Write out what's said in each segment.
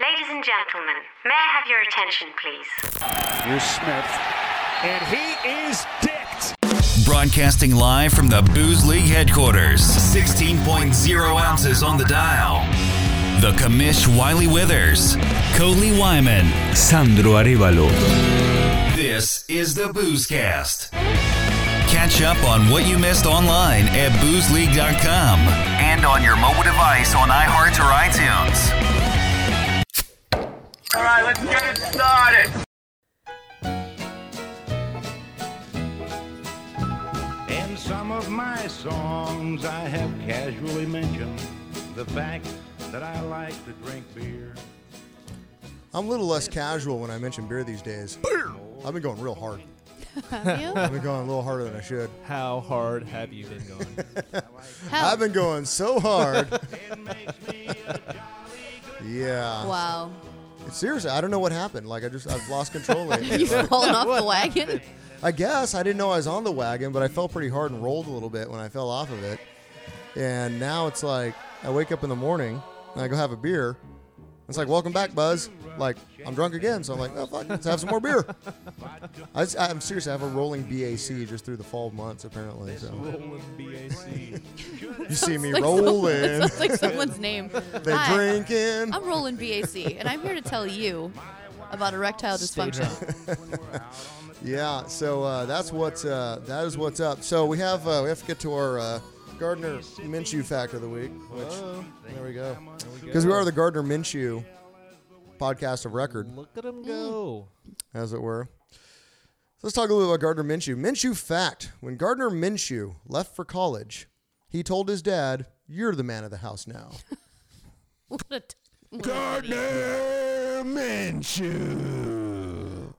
Ladies and gentlemen, may I have your attention, please? Here's Smith. And he is dicked. Broadcasting live from the Booze League headquarters, 16.0 ounces on the dial. The Commish Wiley Withers, Coley Wyman, Sandro Arevalo. This is the Boozecast. Catch up on what you missed online at boozeleague.com and on your mobile device on iHeart or iTunes. All right, let's get it started. In some of my songs, I have casually mentioned the fact that I like to drink beer. I'm a little less casual when I mention beer these days. I've been going real hard. Have you? I've been going a little harder than I should. How hard have you been going? How- I've been going so hard. yeah. wow. Seriously, I don't know what happened. Like I just I've lost control lately. You've fallen off the wagon. I guess I didn't know I was on the wagon, but I fell pretty hard and rolled a little bit when I fell off of it. And now it's like I wake up in the morning and I go have a beer. It's like welcome back, Buzz. Like I'm drunk again, so I'm like, oh fuck, let's have some more beer. I just, I'm serious. I have a rolling BAC just through the fall months apparently. So you see me Like someone- rolling, Sounds like someone's name. they Hi, drinking. I'm rolling BAC, and I'm here to tell you about erectile dysfunction. Yeah, so uh, that's what's uh, that is what's up. So we have uh, we have to get to our uh, Gardner Minshew fact of the week. Which there we go, because we are the Gardner Minshew podcast of record, Mm. Look at him go. as it were. Let's talk a little about Gardner Minshew. Minshew fact: When Gardner Minshew left for college, he told his dad, "You're the man of the house now." What a t-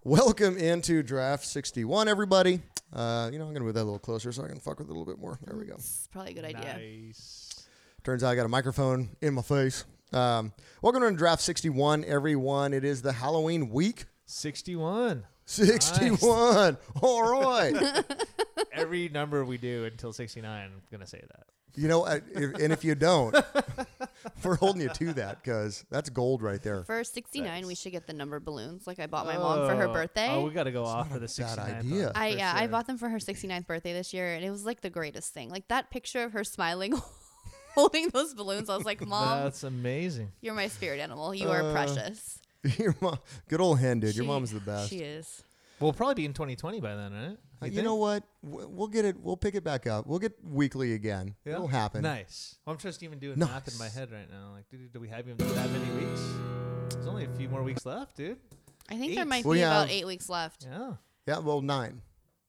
Welcome into draft 61, everybody. Uh, you know I'm gonna move that a little closer so I can fuck with it a little bit more. There we go. It's probably a good idea. Turns out I got a microphone in my face. Um, welcome to Draft 61, everyone. It is the Halloween week. 61. 61. All right. Every number we do until 69, I'm going to say that. you know, I- if, and if you don't, we're holding you to that because that's gold right there. For 69, we should get the number balloons, like I bought my mom for her Oh. birthday. Oh, we got to go off for the 69th. Bad one. idea. I yeah, I sure. bought them for her 69th birthday this year, and it was like the greatest thing. Like that picture of her smiling, holding those balloons. I was like, Mom, That's amazing. you're my spirit animal. You are precious. Your mom, good old hen, dude. Your She- mom's the best. She is. We'll probably be in 2020 by then, right? Uh, You think? know what? W- We'll get it. We'll pick it back up. We'll get weekly again. Yeah? It'll happen. Nice. Well, I'm just even doing math in my Nice. head right now. Like, dude, do we have even that many weeks? There's only a few more weeks left, dude. I think there Eight. might We be about have- eight weeks left, Yeah. Yeah, well, nine.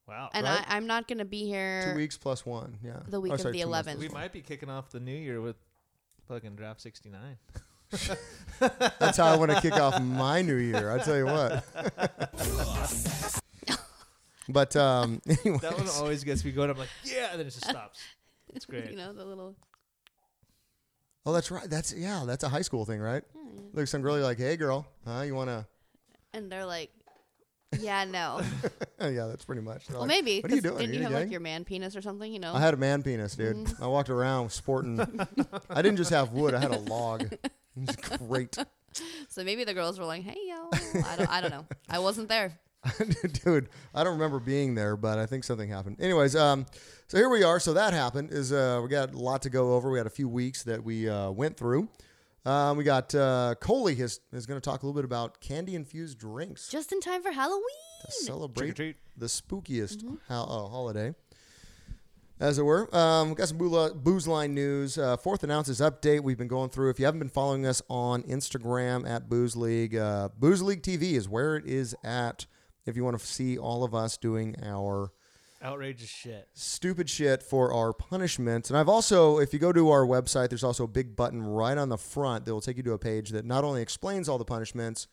Wow. and right? I, I'm not gonna be here. Two weeks plus one. Yeah. Er, The week Oh, of sorry, the two months. 11th. we might be kicking off the new year with fucking draft 69. That's how I want to kick off my new year. I tell you what. but um, anyways, That one always gets me going. I'm like, yeah, and then it just stops. It's great. You know the little. oh, that's right. That's yeah. That's a high school thing, right? Hmm. Like some girl, you're like, hey, girl, huh? You wanna? And they're like, yeah, no. Oh, yeah, that's pretty much. They're well, like, maybe. What are you 'cause doing? Are Didn't you have gay? like your Mm-hmm. man penis or something? You know. I had a man penis, dude. I walked around sporting. I didn't just have wood. I had a log. It was great, so maybe the girls were like, hey yo, I don't, I don't know. I wasn't there. dude. I don't remember being there, but I think something happened. Anyways, um, so here we are. So that happened. Is uh, we got a lot to go over. We had a few weeks that we uh, went through. Um, we got uh, Coley is is going to talk a little bit about candy infused drinks. Just in time for Halloween. celebrate treat. the spookiest hol- oh, holiday, as it were. Um, we got some boo- booze line news. Uh, fourth announces update. We've been going through. If you haven't been following us on Instagram at Booze League, uh, Booze League TV is where it is at. If you want to see all of us doing our Outrageous shit. stupid shit for our punishments. And I've also, if you go to our website, there's also a big button right on the front that will take you to a page that not only explains all the punishments,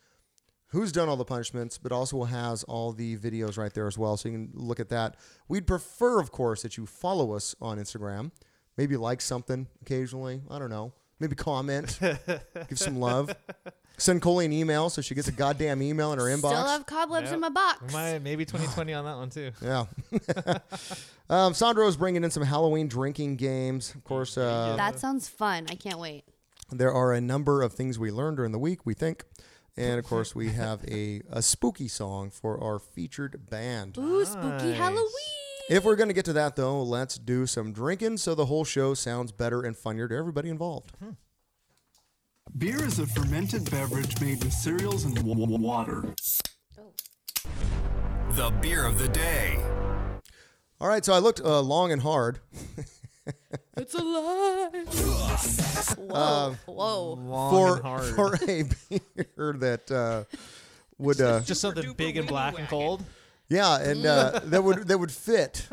who's done all the punishments, but also has all the videos right there as well. So you can look at that. We'd prefer, of course, that you follow us on Instagram. Maybe like something occasionally. I don't know. Maybe comment, give some love. Send Coley an email so she gets a goddamn email in her inbox. Still have cobwebs in my box. My, maybe 2020 on that one too. Yeah. um, Sandro's bringing in some Halloween drinking games. Of course, uh, that sounds fun. I can't wait. there are a number of things we learned during the week, we think. And of course, we have a, a spooky song for our featured band. Ooh, spooky Nice. Halloween. If we're going to get to that, though, let's do some drinking so the whole show sounds better and funnier to everybody involved. Hmm. Beer is a fermented beverage made with cereals and w- w- water. The beer of the day. All right, so I looked uh, long and hard. It's alive. Whoa. Um, whoa. Long for and hard. for a beer that uh, would uh, just something big and black and cold. yeah, and uh, that would that would fit.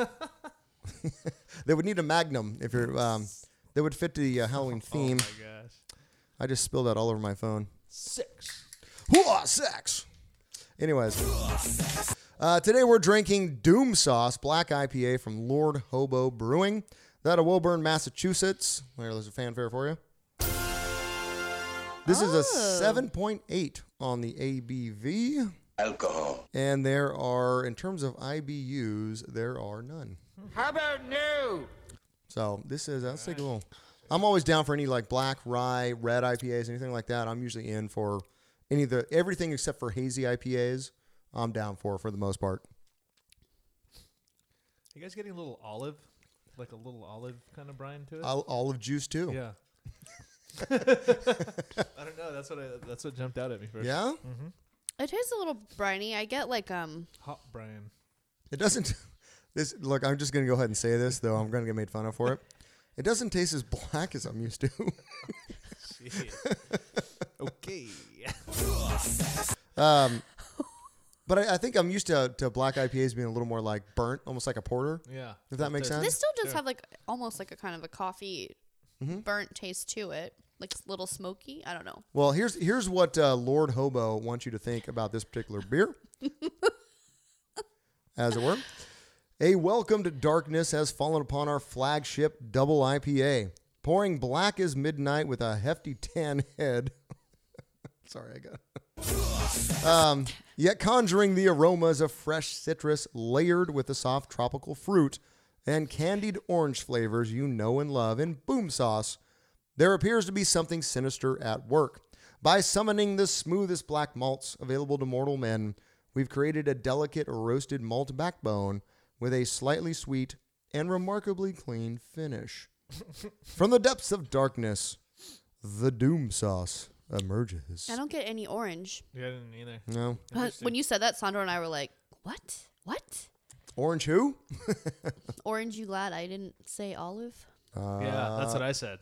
they would need a magnum if you're. Um, they would fit the uh, Halloween theme. Oh gosh. I just spilled that all over my phone. Six. Hooah, sex. Anyways, uh, today we're drinking Doom Sauce Black IPA from Lord Hobo Brewing. That of Woburn, Massachusetts. There, there's a fanfare for you. This is Oh. a 7.8 on the ABV. Alcohol. And there are, in terms of IBUs, there are none. So this is that's take a little. I'm always down for any like black rye, red IPAs, anything like that. I'm usually in for any of the everything except for hazy IPAs. I'm down for for the most part. You guys getting a little olive, like a little olive kind of brine to it? Ol- Olive juice too. yeah. I don't know. That's what I, that's what jumped out at me first. Yeah? It tastes a little briny. I get like um. Hot brine. It doesn't. This look. I'm just gonna go ahead and say this though. I'm gonna get made fun of for it. It doesn't taste as black as I'm used to. okay. um, but I, I think I'm used to, to black IPAs being a little more like burnt, almost like a porter. yeah. If that makes That's- sense. This still does have like almost like a kind of a coffee Mm-hmm. burnt taste to it, like s- little smoky. I don't know. Well, here's here's what uh, Lord Hobo wants you to think about this particular beer, as it were. A welcomed darkness has fallen upon our flagship double IPA, pouring black as midnight with a hefty tan head. Sorry, I got. um, yet conjuring the aromas of fresh citrus layered with the soft tropical fruit and candied orange flavors you know and love in boom sauce there appears to be something sinister at work. By summoning the smoothest black malts available to mortal men, we've created a delicate roasted malt backbone with a slightly sweet and remarkably clean finish. From the depths of darkness, the doom sauce emerges. I don't get any orange. Yeah, I didn't either. No. Uh, when you said that, Sandra and I were like, "What? What? Orange who? Orange? You glad I didn't say olive?" yeah, that's what I said.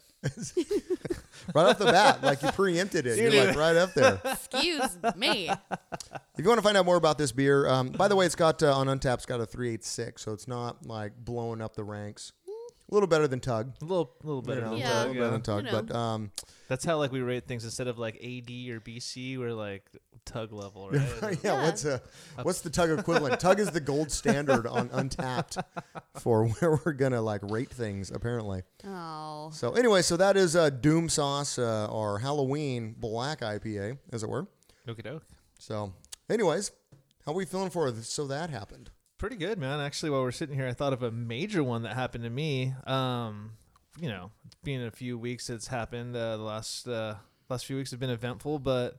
Right off the bat, like you preempted it. You're like right up there. Excuse me. If you want to find out more about this beer, um, by the way, it's got uh, on Untapped, it's got a three eight six, so it's not like blowing up the ranks. A little better than Tug, A little, little you better. know, than Yeah. a that, little better than Tug, You know. but um, That's how like we rate things instead of like AD or BC, we're like tug level, right? yeah, what's uh, what's the Tug equivalent? Tug is the gold standard on Untapped for where we're gonna like rate things, apparently. Oh, So anyway, so that is uh, Doom Sauce uh, or Halloween Black IPA, as it were. Okie doke. So, anyways, how we feeling for th- so that happened? Pretty good, man. Actually, while we're sitting here, I thought of a major one that happened to me. Um, you know, it's been a few weeks it's happened. Uh, the last uh, last few weeks have been eventful, but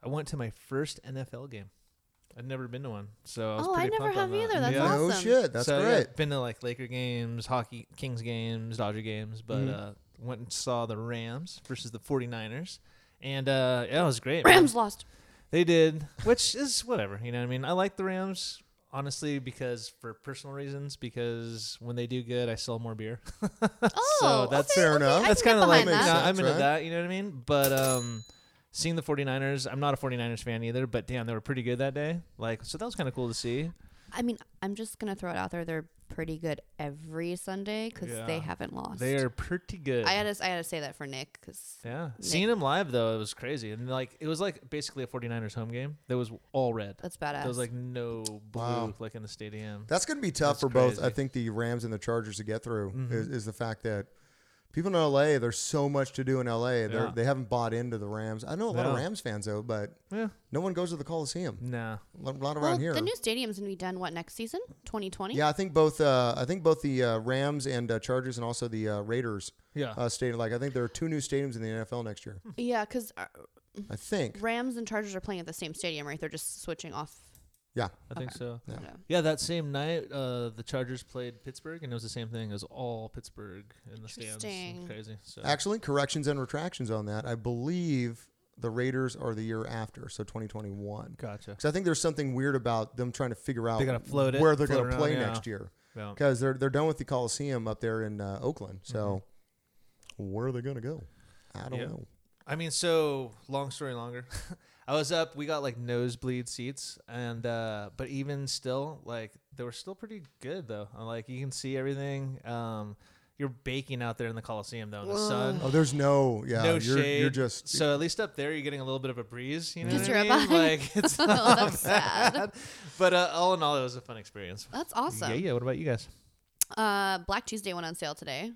I went to my first NFL game. I'd never been to one, so I was Oh, I pretty never pumped on have that. either. That's yeah. No Awesome. shit, that's so, yeah, great. been to like Laker games, hockey, Kings games, Dodger games, but Mm-hmm. uh, went and saw the Rams versus the 49ers. And uh, yeah, it was great. man. Rams lost. They did, which is whatever. You know what I mean? I like the Rams, honestly, because for personal reasons, because when they do good, I sell more beer. Oh, so that's okay, fair okay, enough. I that's can get kind of like, behind that. Makes nah, sense, I'm into right? that. You know what I mean? But um, seeing the 49ers, I'm not a 49ers fan either, but damn, they were pretty good that day. Like, so that was kind of cool to see. I mean, I'm just gonna throw it out there. They're pretty good every Sunday because they Yeah. haven't lost. They are pretty good. I had to. I had to say that for Nick because yeah, seeing them live though, it was crazy, and like it was like basically a 49ers home game. That was all red. That's badass. There was like no blue, Wow. like in the stadium. That's going to be tough That's for both. I crazy. Mm-hmm. think the Rams and the Chargers to get through is, is the fact that people in LA, there's so much to do in LA. They're, Yeah. They haven't bought into the Rams. I know a lot of No. Rams fans though, but yeah, no one goes to the Coliseum. nah. A lot around well, here. the new stadium's gonna be done what next season? 2020. yeah, I think both. Uh, I think both the uh, Rams and uh, Chargers, and also the uh, Raiders. Yeah. Hmm. Uh, stadium. Like I think there are two new stadiums in the NFL next year. Yeah, because I think. Rams and Chargers are playing at the same stadium, right? They're just switching off. Yeah. I think so. Yeah. Yeah. Yeah, that same night, uh, the Chargers played Pittsburgh, and it was the same thing. It was all Pittsburgh in the stands. It's Interesting. Crazy. So Actually, corrections and retractions on that. I believe the Raiders are the year after, so 2021. gotcha. Because I think there's something weird about them trying to figure out They gotta float it, where they're float going to around, play yeah. next year. Yeah. Because they're they're done with the Coliseum up there in uh, Oakland. So where are they going to go? I don't Mm-hmm. Yeah. know. I mean, so long story longer. I was up. We got like nosebleed seats, and uh, but even still, like they were still pretty good though. Uh, Like you can see everything. Um, you're baking out there in the Coliseum though in the sun. Oh, there's no yeah. no you're shade. you're just so at least up there you're getting a little bit of a breeze. You know, Just what I your mean? body. like it's not Oh, that's sad. bad. But uh, all in all, it was a fun experience. That's awesome. Yeah, yeah. What about you guys? Uh, Black Tuesday went on sale today.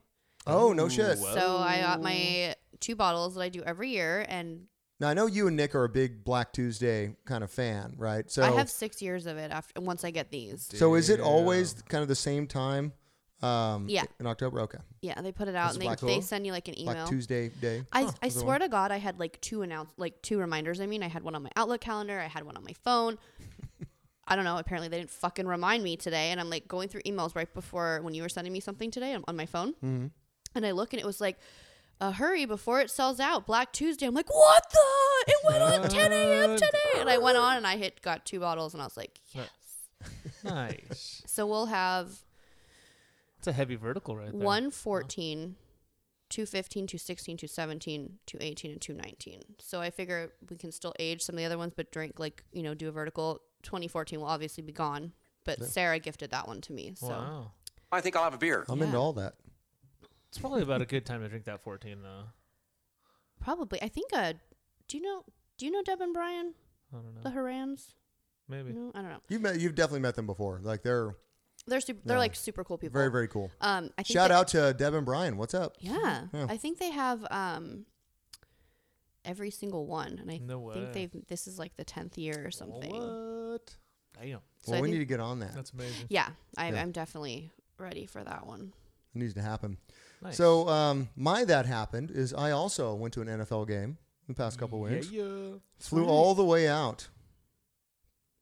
oh no shit. So I got my two bottles that I do every year, and Now I know you and Nick are a big Black Tuesday kind of fan, right? So I have six years of it after once I get these. so is it always kind of the same time? Um, Yeah. In October, okay. Yeah, they put it Is out it and they, Black- they send you like an email. Black Tuesday day. I, I swear to God, I had like two announce like two reminders. I mean, I had one on my Outlook calendar, I had one on my phone. I don't know. Apparently, they didn't fucking remind me today, and I'm like going through emails right before when you were sending me something today on- on my phone, Mm-hmm. and I look and it was like, "A hurry before it sells out, Black Tuesday." I'm like, "What the? It went on 10 a.m. today," and I went on and I hit got two bottles, and I was like, "Yeah." Nice. So we'll have It's a heavy vertical right there. 114, 215, 216, 217, 218, and 219. So I figure we can still age some of the other ones, but drink, like, you know, do a vertical. 2014 will obviously be gone, but Sarah gifted that one to me. So Wow. I think I'll have a beer. I'm into all that. It's probably about a good time to drink that 14 though. probably, I think, uh, do you know, do you know Deb and Brian? I don't know. The Mm, Harans? Maybe. No, I don't know. You've met, you've definitely met them before. Like they're They're super, they're Yeah. like super cool people. very, very cool. Um, I think Shout they- out to Deb and Brian. What's up? Yeah. Yeah. I think they have um every single one. And I No way. think they've this is like the tenth year or something. What? Damn. So well, I we think- need to get on that. That's amazing. Yeah, I, Yeah. I'm definitely ready for that one. It needs to happen. Nice. So um, my that happened is I also went to an NFL game the past couple yeah, weeks. yeah. Flew all the way out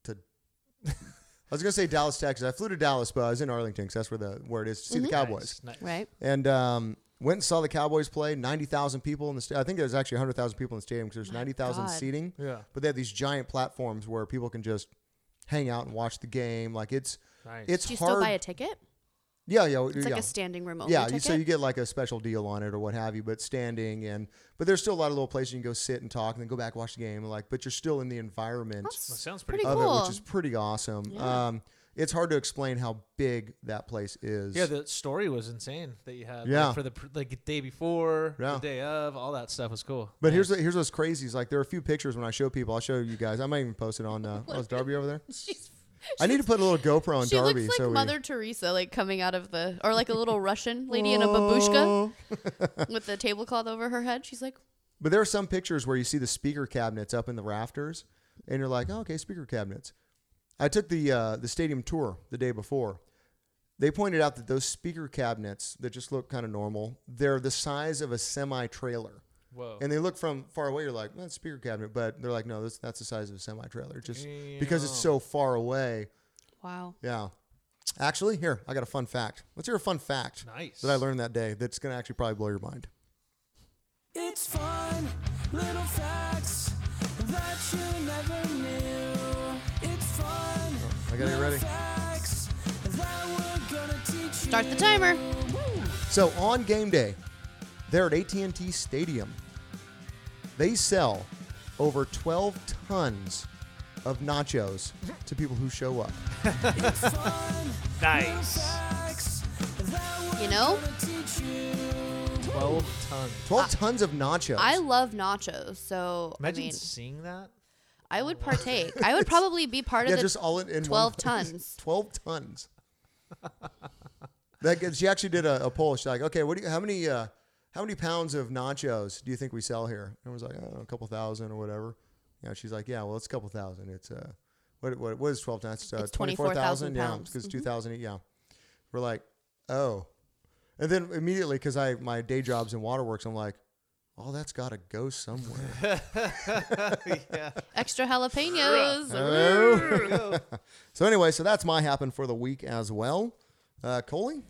to. I was gonna say Dallas, Texas. I flew to Dallas, but I was in Arlington because that's where the where it is to see the Cowboys. Nice. nice. Right? And um, went and saw the Cowboys play. Ninety thousand people in the. Sta- I think there's actually hundred thousand people in the stadium because there's ninety thousand God. seating. Yeah. But they have these giant platforms where people can just hang out and watch the game. Like it's Nice. it's Do you hard. still buy a ticket? Yeah, yeah, It's like yeah. a standing room only Yeah, you, ticket. so you get like a special deal on it or what have you, but standing and but there's still a lot of little places you can go sit and talk and then go back watch the game and like but you're still in the environment That's That sounds pretty of cool. it, which is pretty awesome. Um, it's hard to explain how big that place is. Yeah, the story was insane that you had. like, Yeah. for the pr- like the day before, Yeah. the day of, all that stuff was cool. but here's what, here's what's crazy is like there are a few pictures when I show people. I'll show you guys. I might even post it on. Uh, oh, is Darby over there? She's, I need to put a little GoPro on she Darby. looks like so we- Mother Teresa, like coming out of the, or like a little Russian lady in a Oh. babushka with the tablecloth over her head. She's like, But there are some pictures where you see the speaker cabinets up in the rafters, and you're like, oh, okay, speaker cabinets. I took the uh, the stadium tour the day before. They pointed out that those speaker cabinets that just look kind of normal, they're the size of a semi trailer. Whoa. And they look from far away, you're like, that's speaker cabinet. But they're like, no, that's, that's the size of a semi trailer. Just because it's so far away. wow. Yeah. Actually, here, I got a fun fact. Let's hear a fun fact Nice. that I learned that day that's going to actually probably blow your mind. It's fun, little facts that you never knew. It's fun, I got to get ready. facts that we're gonna teach you. Start the timer. So on game day, there at AT&T Stadium, they sell over 12 tons of nachos to people who show up. nice. You know, Twelve tons. 12 tons of nachos. I love nachos, so Imagine I mean, seeing that. I would partake. I would probably be part yeah, of the. just all in, in 12 one- tons. 12 tons. that gets, she actually did a, a poll. She's like, "Okay, what do you, how many uh, how many pounds of nachos do you think we sell here?" And was like, "I don't know, a couple thousand or whatever." You know, she's like, "Yeah, well, it's a couple thousand. It's uh, what what what is 12 tons? It's, uh, It's 24,000 Yeah, pounds. Mm-hmm. because 2,000. each, Yeah, we're like, oh, and then immediately because I my day job's in waterworks, I'm like, all that's got to go somewhere. Extra jalapenos. so anyway, so that's my happen for the week as well. Uh, Coley,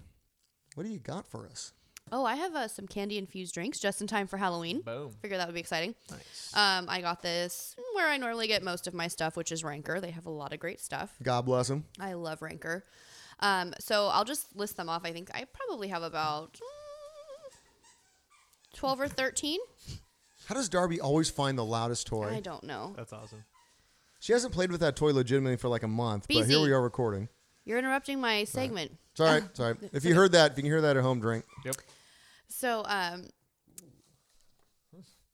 what do you got for us? Oh, I have uh, some candy infused drinks just in time for Halloween. Boom. Figure that would be exciting. Nice. Um, I got this where I normally get most of my stuff, which is Ranker. They have a lot of great stuff. God bless him. I love Ranker. Um, so I'll just list them off. I think I probably have about mm, 12 or 13. How does Darby always find the loudest toy? I don't know. That's awesome. She hasn't played with that toy legitimately for like a month, but here BZ. we are recording. You're interrupting my segment. It's all right. It's all right. If you heard that, if you can hear that at home, drink. Yep. So, um,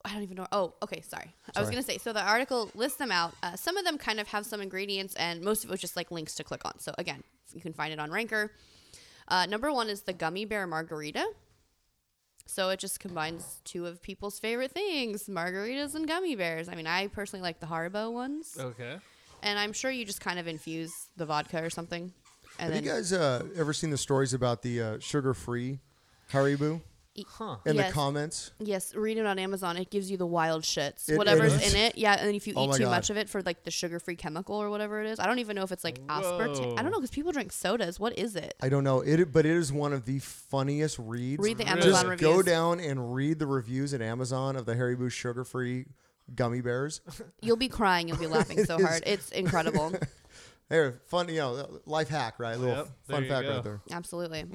I don't even know. Oh, okay. Sorry. I was Sorry. going to say. So, the article lists them out. Uh, some of them kind of have some ingredients, and most of it was just like links to click on. So, again, you can find it on Ranker. Uh, number one is the gummy bear margarita. So, it just combines two of people's favorite things margaritas and gummy bears. I mean, I personally like the Haribo ones. Okay. And I'm sure you just kind of infuse the vodka or something. And Have you then, guys uh, ever seen the stories about the uh, sugar-free Haribo Huh. in the Yes. comments? Yes, read it on Amazon. It gives you the wild shits. It- it Whatever's is. in it. Yeah, and if you Oh eat my too God. much of it for like the sugar free chemical or whatever it is, I don't even know if it's like aspartame. I don't know because people drink sodas. What is it? I don't know it, but it is one of the funniest reads. Read the Really? Amazon Just reviews. go down and read the reviews at Amazon of the Haribo sugar-free gummy bears. You'll be crying. You'll be laughing so hard. It's incredible. Hey, fun, you know, life hack, right? Little Yep, there fun you fact go. right there. Absolutely.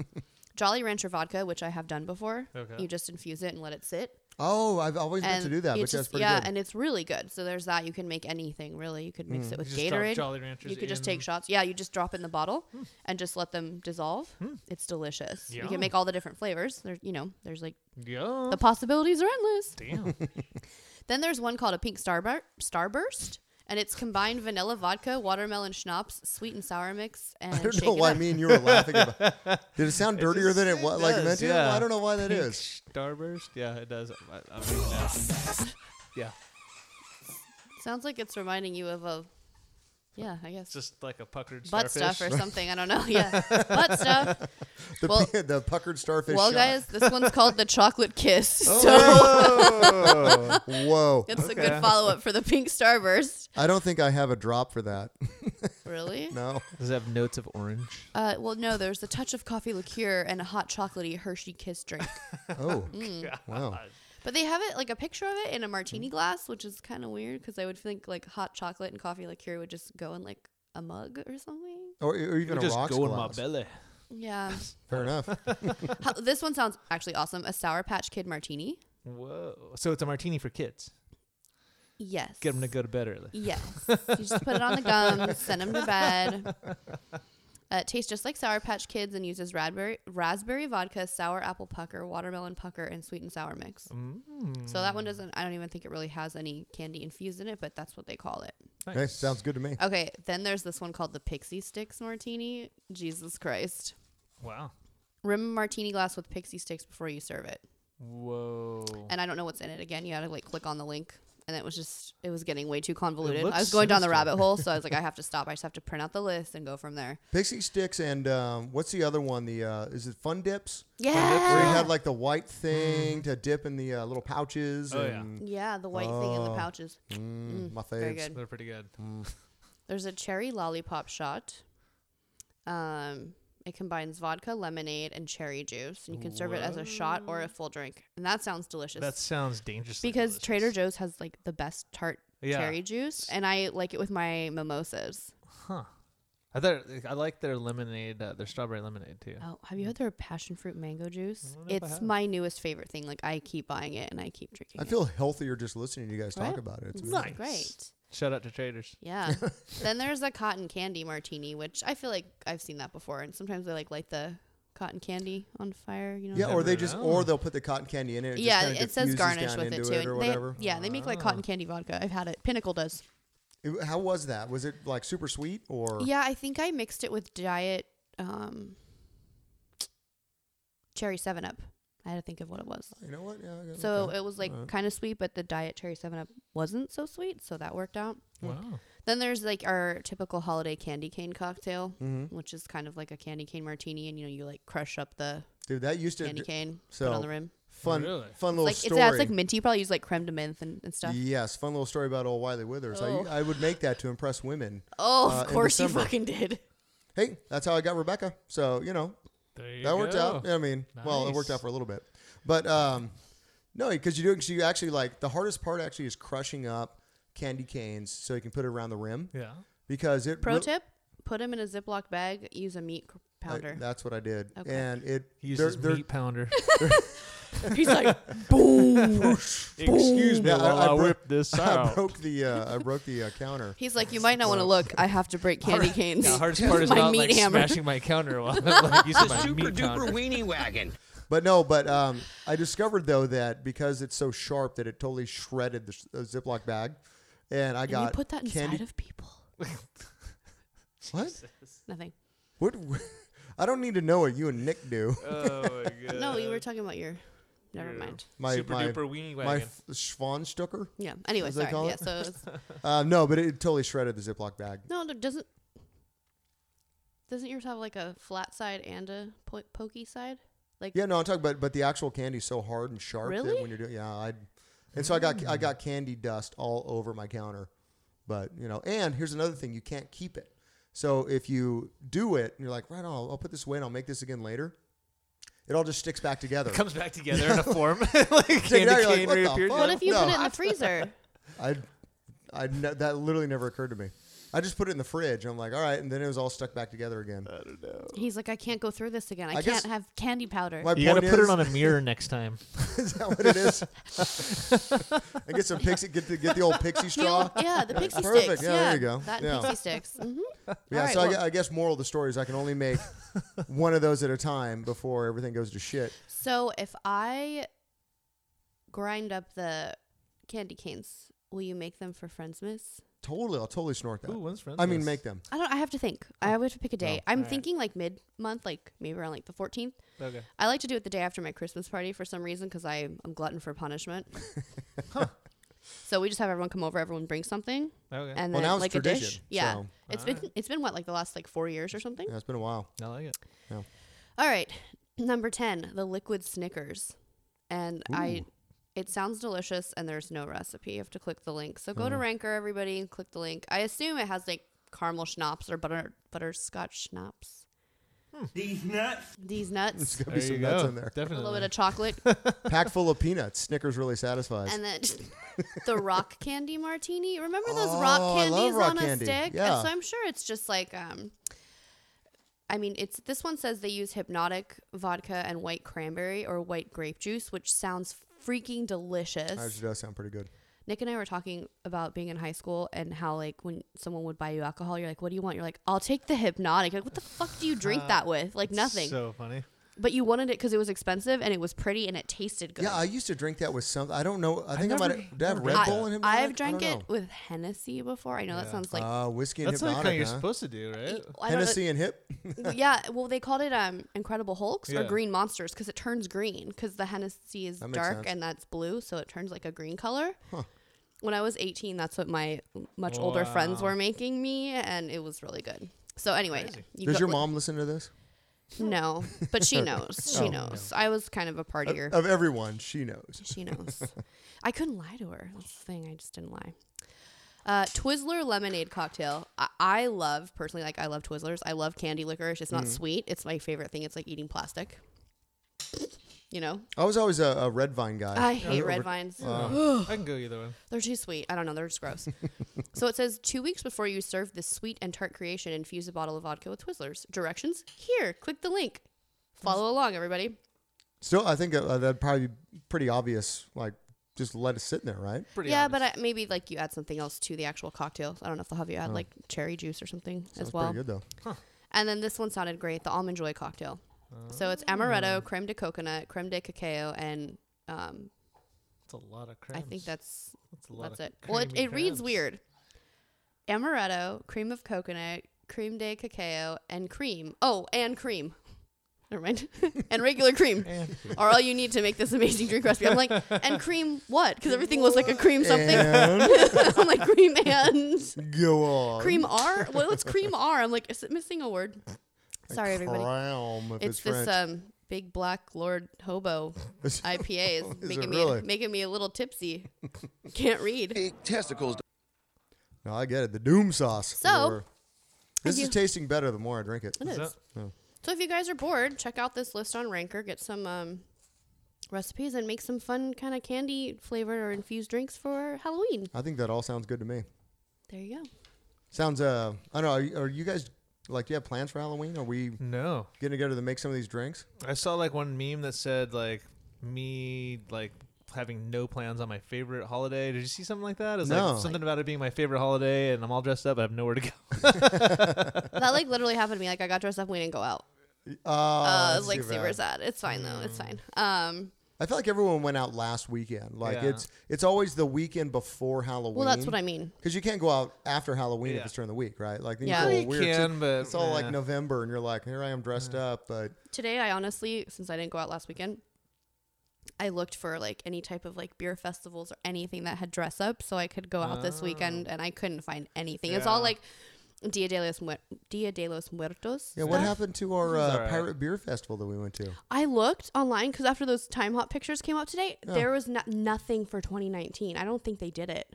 Jolly Rancher vodka, which I have done before. Okay. You just infuse it and let it sit. Oh, I've always meant And to do that, you which that's just- pretty yeah, good. and it's really good. So there's that. You can make anything really. You could mix Mm. it with You just drop Gatorade. Jolly Ranchers you could just in- take shots. Yeah, you just drop it in the bottle and just let them dissolve. It's delicious. You Yum. can make all the different flavors. There's you know, there's like Yeah. the possibilities are endless. Damn. Then there's one called a pink starbur- starburst. And it's combined vanilla vodka, watermelon schnapps, sweet and sour mix, and I don't shake know it why up. me and you were laughing about. Did it sound dirtier than it, It was? like does, meant to? yeah. I don't know why that Pink is. Starburst. Yeah, it does. I, I'm reading now. Yeah. Sounds like it's reminding you of a, yeah, I guess It's just like a puckered butt starfish. stuff or something. I don't know. Yeah, butt stuff. The, Well- pi- the puckered starfish. Well, shot. guys, this one's called the chocolate kiss. So Oh, whoa! it's a good follow up for the pink starburst. I don't think I have a drop for that. Really? No. Does it have notes of orange? Uh, well, no. There's a touch of coffee liqueur and a hot chocolatey Hershey Kiss drink. Oh, Mm. wow. but they have it like a picture of it in a martini glass, which is kind of weird because I would think like hot chocolate and coffee liqueur would just go in like a mug or something. Or, or even a just rocks go in my glass. belly. Yeah. Fair enough. How- this one sounds actually awesome. A Sour Patch Kid martini. Whoa. So it's a martini for kids. Yes. Get them to go to bed early. Yes. you just put it on the gums, send them to bed. Uh, it tastes just like Sour Patch Kids and uses raspberry, raspberry vodka, sour apple pucker, watermelon pucker, and sweet and sour mix. So that one doesn't, I don't even think it really has any candy infused in it, but that's what they call it. Hey, sounds good to me. Okay, then there's this one called the Pixie Sticks Martini. Jesus Christ. Wow. Rim a martini glass with pixie sticks before you serve it. Whoa. And I don't know what's in it again. You had to like click on the link. And it was just, it was getting way too convoluted. looks I was going down the sinister. rabbit hole. So I was like, I have to stop. I just have to print out the list and go from there. Pixie sticks and um, what's the other one? The uh, is it Fun Dips? Where you Yeah. had like the white thing to dip in the uh, little pouches. Mm. Oh, yeah. and, Yeah, the white thing Oh, in the pouches. Mm, my Very faves. good. They're pretty good. There's a cherry lollipop shot. Um, it combines vodka, lemonade, and cherry juice. And you can serve it as a shot or a full drink. And that sounds delicious. That sounds dangerous. because Trader Joe's has like the best tart Yeah. cherry juice. And I like it with my mimosas. I thought I like their lemonade, uh, their strawberry lemonade too. Oh, have you had their passion fruit mango juice? It's my newest favorite thing. Like I keep buying it and I keep drinking I it. feel healthier just listening to you guys talk Right? Mm. about it. It's It's amazing. Great. Shout out to Traders. Yeah. then there's a cotton candy martini, which I feel like I've seen that before. And sometimes they like light the cotton candy on fire. You know. Yeah, or they just know. or they'll put the cotton candy in it. and it yeah. just kinda It says diffuses garnish down with it into too. or and they, whatever. Ah. yeah, they make like cotton candy vodka. I've had it. Pinnacle does. It- how was that? Was it like super sweet or? Yeah, I think I mixed it with diet um, cherry Seven Up. I had to think of what it was. You know what? Yeah. yeah, So uh, okay. it was like kind of sweet, but the diet cherry Seven Up wasn't so sweet, so that worked out. Wow. Then there's like our typical holiday candy cane cocktail, Mm-hmm. which is kind of like a candy cane martini, and you know you like crush up the dude, that used to candy cane, put so- on the rim. Fun, Really? fun little like it's, story. yeah, it's like minty. You probably use like creme de menthe and, and stuff. Yes, fun little story about old Wiley Withers. Oh. I, I would make that to impress women. Oh, uh, of in course you December. fucking did. Hey, that's how I got Rebecca. So you know There you that worked go. out. I mean, well, it worked out for a little bit, but um, no, because you do. 'cause you actually like the hardest part actually is crushing up candy canes so you can put it around the rim Yeah. because it. Pro re- tip: put them in a Ziploc bag. Use a meat cr- I- powder. that's what I did, Okay. and it. He they're- uses they're- meat pounder. He's like, boom. Excuse me Yeah, I- while I, I bro- whip this I out. broke the uh, I broke the uh, counter. He's like, you might not want to look. I have to break candy canes. The hardest with part is my not meat like hammer. smashing my counter while I'm like using my Super meat duper counter. weenie wagon. But no, but um, I discovered though that because it's so sharp that it totally shredded the sh- uh, Ziploc bag, and I And got you put that inside candy. of people. what? Nothing. What? I don't need to know what you and Nick do. Oh my god. No, you were talking about your. Never mind. My Super my duper weenie my wagon. f- Schwanstucker. Yeah. Anyway, As they sorry. call Yeah. it? So it's, Uh, no, but it totally shredded the Ziploc bag. no, no, doesn't. Doesn't yours have like a flat side and a po- pokey side? Like Yeah, no, I'm talking. But but the actual candy's so hard and sharp that Really? when you're doing, yeah, I. And so I got I got candy dust all over my counter, but you know. And here's another thing: you can't keep it. So if you do it, and you're like, right on, I'll, I'll put this away and I'll make this again later. It all just sticks back together. comes back together in a form like Check it out, candy you're like, cane what the reappears. fuck? What if you No. put it in the freezer? I, I ne- that literally never occurred to me. I just put it in the fridge. I'm like, all right, and then it was all stuck back together again. He's like, I can't go through this again. I, I guess- can't have candy powder. My You gotta point put is- it on a mirror next time. Is that what it is? and get some pixie, get the get the old pixie straw. yeah, the pixie Perfect. sticks. Yeah, Yeah, there you go. That Yeah. and pixie sticks. hmm Yeah, All right, so I, well- gu- I guess moral of the story is I can only make one of those at a time before everything goes to shit. So if I grind up the candy canes, will you make them for Friendsmas? Totally, I'll totally snort that. Ooh, when's Friendsmas? I mean, make them. I don't. I have to think. I Oh. have to pick a day. I'm alright. thinking like mid month, like maybe around like the 14th. Okay. I like to do it the day after my Christmas party for some reason because I'm glutton for punishment. So we just have everyone come over. Everyone brings something, Okay. and Well, then now it's like a dish. tradition, Yeah, so- it's been it's been what like the last like four years or something. Yeah, it's been a while. I like it. All right, number ten, the liquid Snickers, and I. It sounds delicious, and there's no recipe. You have to click the link. So go Uh-huh. to Ranker, everybody, and click the link. I assume it has like caramel schnapps or butter butterscotch schnapps. Hmm. These nuts. These nuts. There'll be some nuts in there. A Definitely. little bit of chocolate, Pack full of peanuts. Snickers really satisfies. and then the rock candy martini. Remember those Oh, rock I love candies rock on candy. a stick? Yeah. And so I'm sure it's just like um I mean, it's this one says they use hypnotic vodka and white cranberry or white grape juice, which sounds freaking delicious. Actually, does sound pretty good. Nick and I were talking about being in high school and how like when someone would buy you alcohol, you're like, "What do you want?" You're like, "I'll take the hypnotic." Like, what the fuck do you drink that with? Like nothing. So funny. but you wanted it because it was expensive and it was pretty and it tasted good. Yeah, I used to drink that with something. I don't know. I think I, never- might have, did I have never Red drank Bull that. in him. I've drank it with Hennessy before. I know that sounds like e, uh, whiskey and That's like how hypnotic. you're huh? supposed to do, right? I don't know- Hennessy and hip. yeah, well, they called it um Incredible Hulks Yeah. or Green Monsters because it turns green because the Hennessy is makes dark sense. and that's blue, so it turns like a green color. When I was 18, that's what my much older friends were making me, and it was really good. So anyway, you Does go- your mom Oh, listen to this? No, but she knows. She knows. I was kind of a partier. Of everyone, she knows. She knows. I couldn't lie to her. That's the thing. I just didn't lie. Uh, Twizzler lemonade cocktail. I-, I love personally. Like I love Twizzlers. I love candy licorice. It's not sweet. It's my favorite thing. It's like eating plastic. You know, I was always a, a red vine guy. I hate red vines. I can go either one. They're too sweet. I don't know. They're just gross. so it says two weeks before you serve this sweet and tart creation, infuse a bottle of vodka with Twizzlers. Directions here. Click the link. Follow along, everybody. Still, I think uh, that'd probably be pretty obvious. Like, just let it sit in there, right? Pretty yeah, honest. but I, maybe like you add something else to the actual cocktail. I don't know if they'll have you Oh. add like cherry juice or something That's as well. pretty good though. And then this one sounded great, the almond joy cocktail. So Oh. it's amaretto, creme de coconut, creme de cacao, and um, it's a lot of I creams. think that's That's a lot that's of it. Well, it, creamy it reads creams. weird. Amaretto, cream of coconut, creme de cacao, and cream. Oh, and cream. Never mind. and regular cream are all you need to make this amazing drink recipe. I'm like, and cream what? Because everything was like a cream something. I'm like, cream and Go on. cream R. Well, it's cream R. I'm like, is it missing a word? Sorry, everybody. Crown, if it's, It's this French. um Big Black Lord Hobo IPA is, Is it making really? me making me a little tipsy. Can't read. No, I get it. The doom sauce. as it So, were. this is if you- tasting better the more I drink it. It is. So if you guys are bored, check out this list on Ranker. Get some um, recipes and make some fun kind of candy flavored or infused drinks for Halloween. I think that all sounds good to me. There you go. Sounds. Uh, I don't know. Are, are you guys like? Do you have plans for Halloween? Are we No, getting together to make some of these drinks? I saw like one meme that said like me like having no plans on my favorite holiday. Did you see something like that? It's No. like something about it being my favorite holiday, and I'm all dressed up. I have nowhere to go. that like literally happened to me. Like I got dressed up, and we didn't go out. Uh, Uh, it that's was like too super bad. Mm. sad. It's fine though. It's fine. Um, I feel like everyone went out last weekend. Like Yeah. it's it's always the weekend before Halloween. well, that's what I mean. Because you can't go out after Halloween if Yeah. it's during the week, right? Like then Yeah. you, feel You weird. It's- can, but, it's all like yeah. November, and you're like, here I am dressed up, but Today, I honestly, since I didn't go out last weekend, I looked for like any type of like beer festivals or anything that had dress up, so I could go out Oh. this weekend, and I couldn't find anything. It's all Yeah. like Dia de los Muer- Dia de los Muertos. yeah. What stuff. happened to our uh, all right. pirate beer festival that we went to? I looked online because after those time hop pictures came up today, there was no- nothing for 2019. I don't think they did it.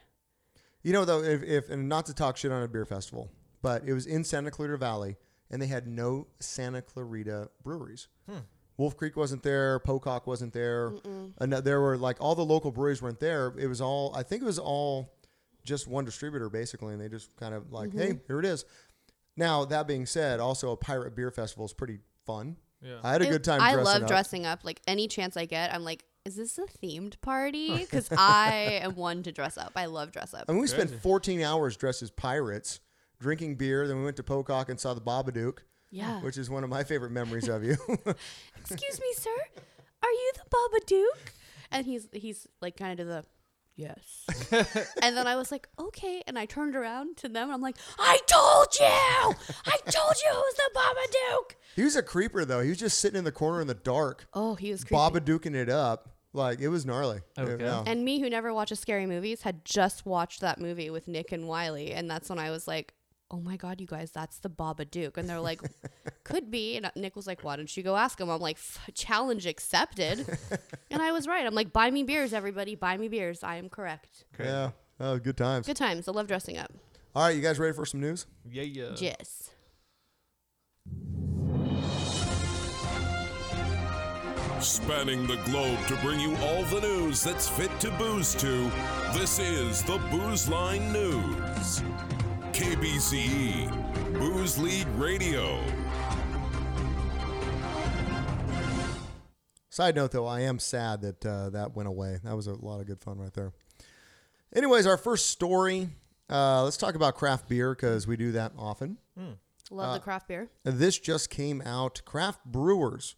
You know, though, if, if and not to talk shit on a beer festival, but it was in Santa Clarita Valley, and they had no Santa Clarita breweries. Wolf Creek wasn't there, Pocock wasn't there, and there were like all the local breweries weren't there. It was all I think it was all just one distributor basically, and they just kind of like, hey, Mm-hmm. here it is. Now that being said, also a pirate beer festival is pretty fun. Yeah. I had a It- good time. I dressing love up. dressing up. Like any chance I get, I'm like, is this a themed party? Because I am one to dress up. I love dress up. I mean, we spent 14 hours dressed as pirates, drinking beer. Then we went to Pocock and saw the Babadook. Yeah. Which is one of my favorite memories of you. Excuse me, sir. Are you the Babadook? And he's he's like kind of the yes. and then I was like, okay. And I turned around to them. And I'm like, I told you. I told you who's the Babadook. he was a creeper, though. He was just sitting in the corner in the dark, Oh, he was creepy. Babadooking it up. Like, it was gnarly. Okay. Yeah. And me, who never watches scary movies, had just watched that movie with Nick and Wiley, and that's when I was like, "Oh my god, you guys, that's the Baba Duke." And they're like, "Could be." And Nick was like, "Why don't you go ask him?" I'm like, "F- "Challenge accepted," and I was right. I'm like, "Buy me beers, everybody. Buy me beers. I am correct." yeah. Oh, good times. Good times. I love dressing up. All right, you guys ready for some news? yeah, yeah. Yes. Spanning the globe to bring you all the news that's fit to booze to, this is the Booze Line News. KBCE, E, Booze League Radio. Side note, though, I am sad that uh, that went away. That was a lot of good fun right there. Anyways, our first story. Uh, let's talk about craft beer because we do that often. Love Uh, the craft beer. This just came out. Craft brewers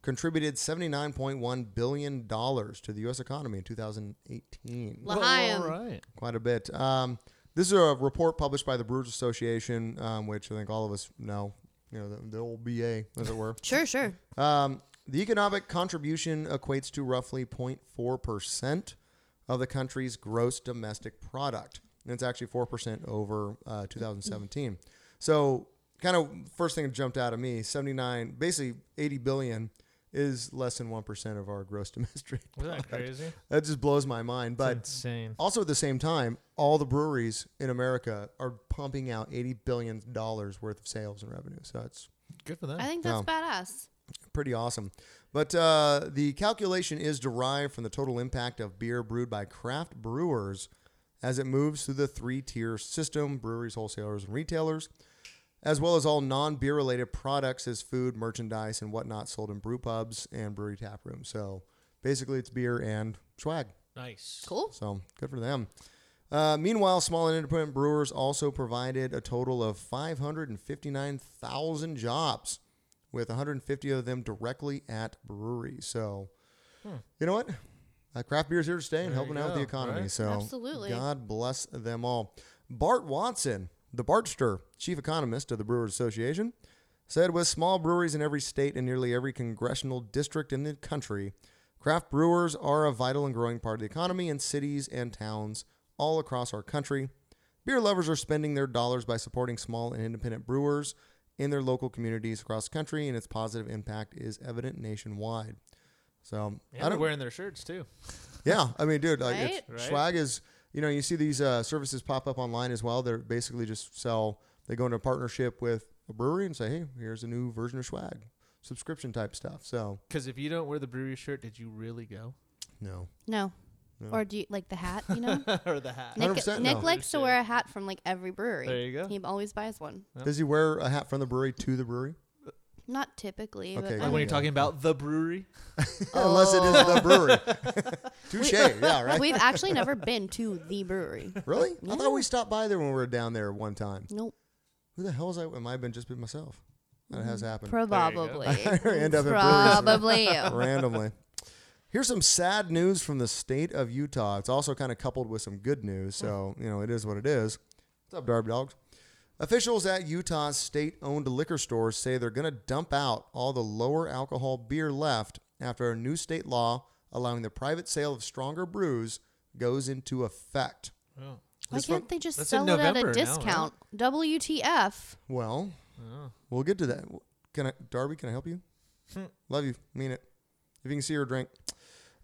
contributed $79.1 billion to the U.S. economy in 2018. L'chaim. Oh, all right. Quite a bit. Um, this is a report published by the Brewers Association, um, which I think all of us know, you know, the, the old BA, as it were. Sure, sure. Um, the economic contribution equates to roughly 0.4% of the country's gross domestic product. And it's actually 4% over uh, 2017. So, kind of first thing that jumped out at me 79, basically 80 billion is less than 1% of our gross domestic. Isn't that crazy? That just blows my mind. But Insane. also at the same time, all the breweries in America are pumping out $80 billion worth of sales and revenue. So, it's Good for them. I think that's badass. pretty awesome. But uh, the calculation is derived from the total impact of beer brewed by craft brewers as it moves through the three tier system breweries, wholesalers, and retailers, as well as all non beer related products as food, merchandise, and whatnot sold in brew pubs and brewery tap rooms. So basically, it's beer and swag. nice. Cool. So good for them. Uh, meanwhile, small and independent brewers also provided a total of 559,000 jobs, with 150 of them directly at breweries. So, you know what? Uh, craft beer's here to stay and helping out with the Hmm. go, economy. right? So, Absolutely. God bless them all. Bart Watson, the Bartster, chief economist of the Brewers Association, said with small breweries in every state and nearly every congressional district in the country, craft brewers are a vital and growing part of the economy in cities and towns all across our country. Beer lovers are spending their dollars by supporting small and independent brewers in their local communities across the country, and its positive impact is evident nationwide. So And I they're don't. wearing their shirts too. Yeah, I mean, dude, like it's, Right? Right. swag is. You know, you see these uh, services pop up online as well. They're basically just sell. They go into a partnership with a brewery and say, "Hey, here's a new version of swag, subscription type stuff." So Because if you don't wear the brewery shirt, did you really go? no, No. No. Or do you like the hat? You know, or the hat? Nick, 100% Nick no. likes to wear a hat from like every brewery. There you go. He always buys one. does he wear a hat from the brewery to the brewery? Not typically, Okay, but good. I Like when you're talking about the brewery, Unless it is the brewery. Touche. Yeah, right. We've actually never been to the brewery. really? I thought we stopped by there when we were down there one time. Nope. Who the hell is I? Am I been just been myself? That has happened. Probably. End up at breweries Probably you. randomly. Here's some sad news from the state of Utah. It's also kind of coupled with some good news, so you know it is what it is. What's up, Darb Dogs? Officials at Utah's state-owned liquor stores say they're going to dump out all the lower alcohol beer left after a new state law allowing the private sale of stronger brews goes into effect. Why This one- can't they just That's in sell it at November a now, right? discount? WTF? Well, we'll get to that. Can I, Darby? Can I help you? Love you. Mean it. If you can see her drink.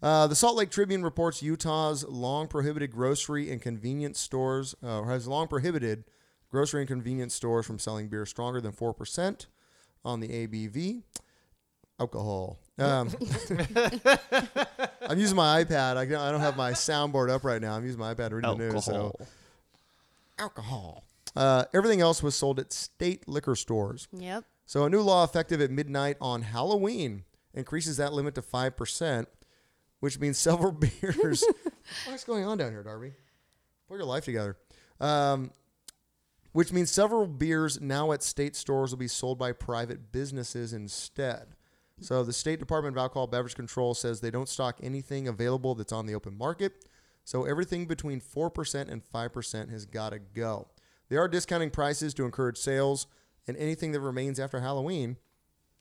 Uh, the Salt Lake Tribune reports Utah's long prohibited grocery and convenience stores, uh, or has long prohibited grocery and convenience stores from selling beer stronger than 4% on the ABV. Alcohol. Um, I'm using my iPad. I, can, I don't have my soundboard up right now. I'm using my iPad to read the news. So alcohol. Uh, everything else was sold at state liquor stores. Yep. So a new law effective at midnight on Halloween increases that limit to five percent, which means several beers. What's going on down here, Darby? Put your life together. Um, which means several beers now at state stores will be sold by private businesses instead. So the State Department of Alcohol Beverage Control says they don't stock anything available that's on the open market. So everything between 4% and 5% has got to go. They are discounting prices to encourage sales, and anything that remains after Halloween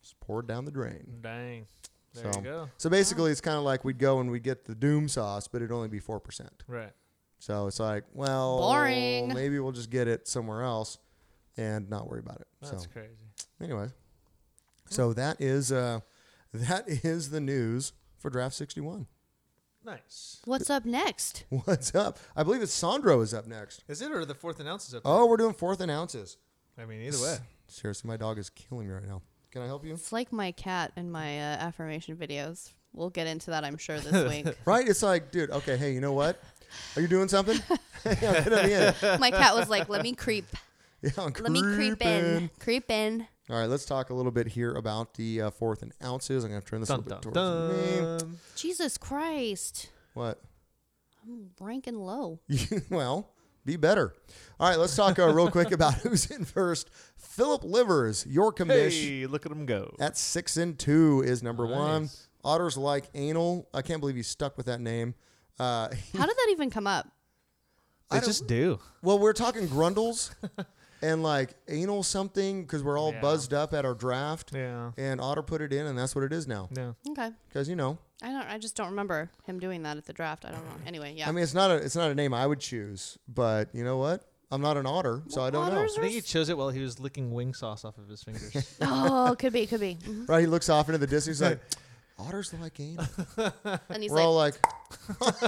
is poured down the drain. dang, there so, you go. so basically, it's kind of like we'd go and we'd get the doom sauce, but it'd only be 4%. Right. So it's like, well, Boring. Maybe we'll just get it somewhere else and not worry about it. That's so, crazy. anyways, so that is uh, that is the news for Draft 61. Nice. What's up next? What's up? I believe it's Sandro is up next. Is it or the fourth announces up? Oh, we're doing fourth and ounces. there? I mean, either way. Seriously, my dog is killing me right now. Can I help you? It's like my cat in my uh, affirmation videos. We'll get into that, I'm sure, this week. Right? It's like, dude, okay, hey, you know what? Are you doing something? yeah, get out of here. my cat was like, "Let me creep. Yeah, I'm Let me creep in. creeping. Creep in." All right, let's talk a little bit here about the uh, fourth and ounces. I'm going to turn this a Dun, little dun, bit towards me. dun. Jesus Christ, What? I'm ranking low. well, be better. All right, let's talk uh, real quick about who's in first. Philip Livers, your commish Hey, look at him go. at six and two is number one. Nice. Otters like anal. I can't believe you stuck with that name. Uh, How did that even come up? They just do. well, we're talking grundles and like anal something because we're all Yeah. buzzed up at our draft. Yeah. And Otter put it in, and that's what it is now. No. Okay, Because you know, I don't. I just don't remember him doing that at the draft. I don't know. Anyway, yeah. I mean, it's not a it's not a name I would choose, but you know what? I'm not an otter, so I don't know. Otters I think he chose it while he was licking wing sauce off of his fingers. oh, could be, could be. Mhm. Right? He looks off into the distance. He's like, otters like anal. And he's We're all like, like, "Oh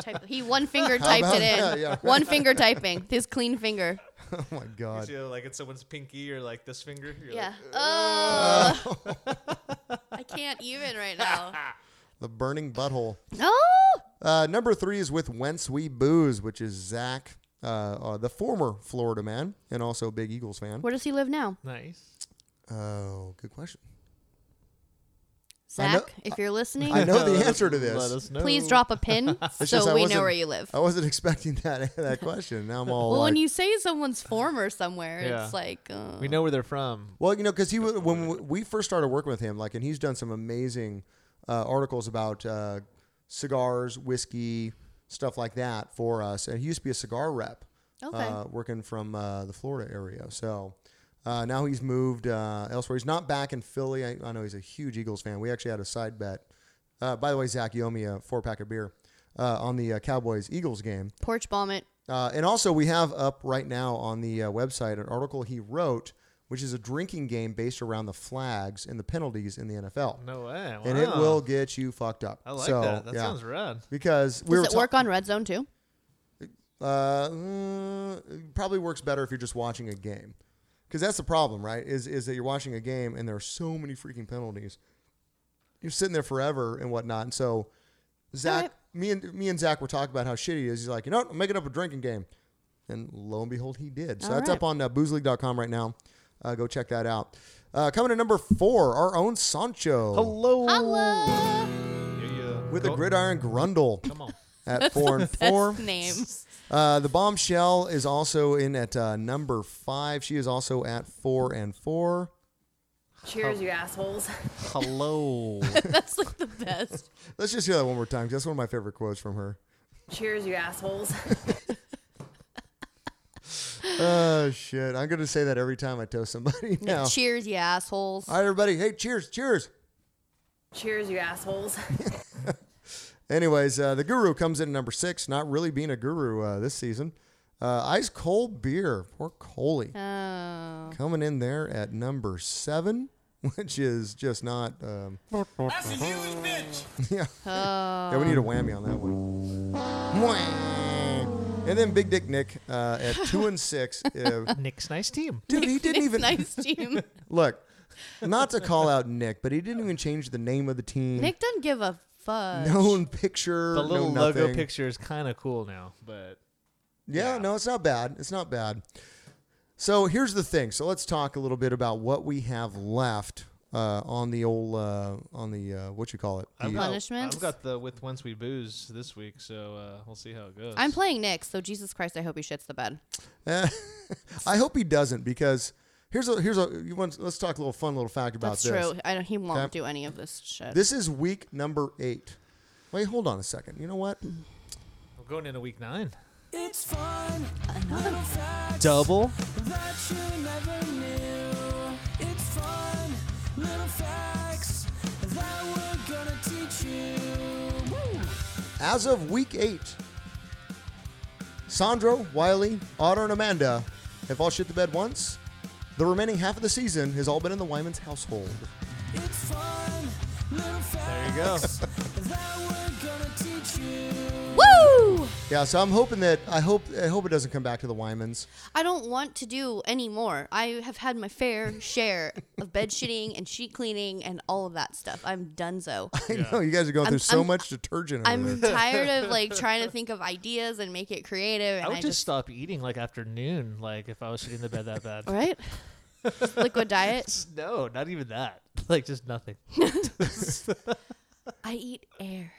type- he one finger typed about it in. that? Yeah, One finger typing. His clean finger. oh my god. you know, like it's someone's pinky or like this finger. You're Yeah. Oh. I can't even right now. The burning butthole. Oh. Uh, number three is with Whence We Booze, which is Zach, uh, uh, the former Florida man and also big Eagles fan. Where does he live now? Like, nice. Oh, good question. I know- Zach, if you're listening, I know Oh, the Let answer us- to Let this. us know. please drop a pin just I so we know wasn't- where you live. I wasn't expecting that that question. Now I'm all Well, like, when you say someone's former somewhere, Yeah. it's like uh, We know where they're from. Well, you know, because he wa- when w- we first started working with him, like, and he's done some amazing uh, articles about uh, cigars, whiskey, stuff like that for us. And he used to be a cigar rep, Okay. uh, working from uh, the Florida area. So uh, now he's moved uh, elsewhere. He's not back in Philly. I, I know he's a huge Eagles fan. We actually had a side bet. Uh, by the way, Zach, you owe me a four pack of beer uh, on the uh, Cowboys Eagles game. porch bomb it. Uh, and also, we have up right now on the uh, website an article he wrote which is a drinking game based around the flags and the penalties in the NFL. No way. And it Oh, Wow. will get you fucked up. I like So, that. That yeah. sounds rad. Because we were Does it ta- work on Red Zone too? uh, mm, it probably works better if you're just watching a game, because that's the problem, right? Is is that you're watching a game and there are so many freaking penalties. You're sitting there forever and whatnot, and so Zach, Alright. me and me and Zach were talking about how shitty he is. He's like, you know, what? I'm making up a drinking game, and lo and behold, he did. So that's Alright. up on uh, boozeleague.com right now. Uh, go check that out. Uh, coming to number four, our own Sancho Hello. Hello. with a gridiron grundle Come on. at four and four. Best name. Uh, the bombshell is also in at uh, number five. She is also at four and four. Cheers, you assholes. Hello. That's like the best. Let's just hear that one more time. 'cause That's one of my favorite quotes from her. Cheers, you assholes. Oh shit! I'm gonna say that every time I toast somebody now. Cheers, you assholes. All right, everybody. Hey, cheers, cheers. Cheers, you assholes. Anyways, uh, the guru comes in at number six. Not really being a guru uh, this season. Uh, ice cold beer for Coley Oh. coming in there at number seven, which is just not. Um, yeah. Yeah, we need a whammy on that one. Whang. And then Big Dick Nick uh, at two and six. Uh, Nick's nice team. dude, he didn't even nice team. look. Not to call out Nick, but he didn't even change the name of the team. Nick doesn't give a fuck. known picture, The little no logo nothing. picture is kind of cool now, but Yeah, no, it's not bad. It's not bad. So here's the thing. So let's talk a little bit about what we have left uh, on the old uh, on the uh, what you call it. The- Punishments? I've got the with once we booze this week, so uh, we'll see how it goes. I'm playing Nick, so Jesus Christ, I hope he shits the bed. Eh, I hope he doesn't because here's a here's a you want let's talk a little fun little fact about That's this. true. I don't, he won't Okay. do any of this shit. This is week number eight. Wait, hold on a second. You know what? We're going into week nine. It's fun. Double. As of week eight, Sandro, Wiley, Otter, and Amanda have all shit the bed once. The remaining half of the season has all been in the Wyman's household. There you go. Woo! Yeah, so I'm hoping that I hope I hope it doesn't come back to the Wymans. I don't want to do any more. I have had my fair share of bed shitting and sheet cleaning and all of that stuff. I'm donezo. I know you guys are going I'm- through so I'm- much detergent. over I'm there. tired of like trying to think of ideas and make it creative. And I I, would just, just, stop eating like after noon, like if I was shitting the bed that bad. right. Just Liquid diet. No, not even that. Like just nothing. I eat air.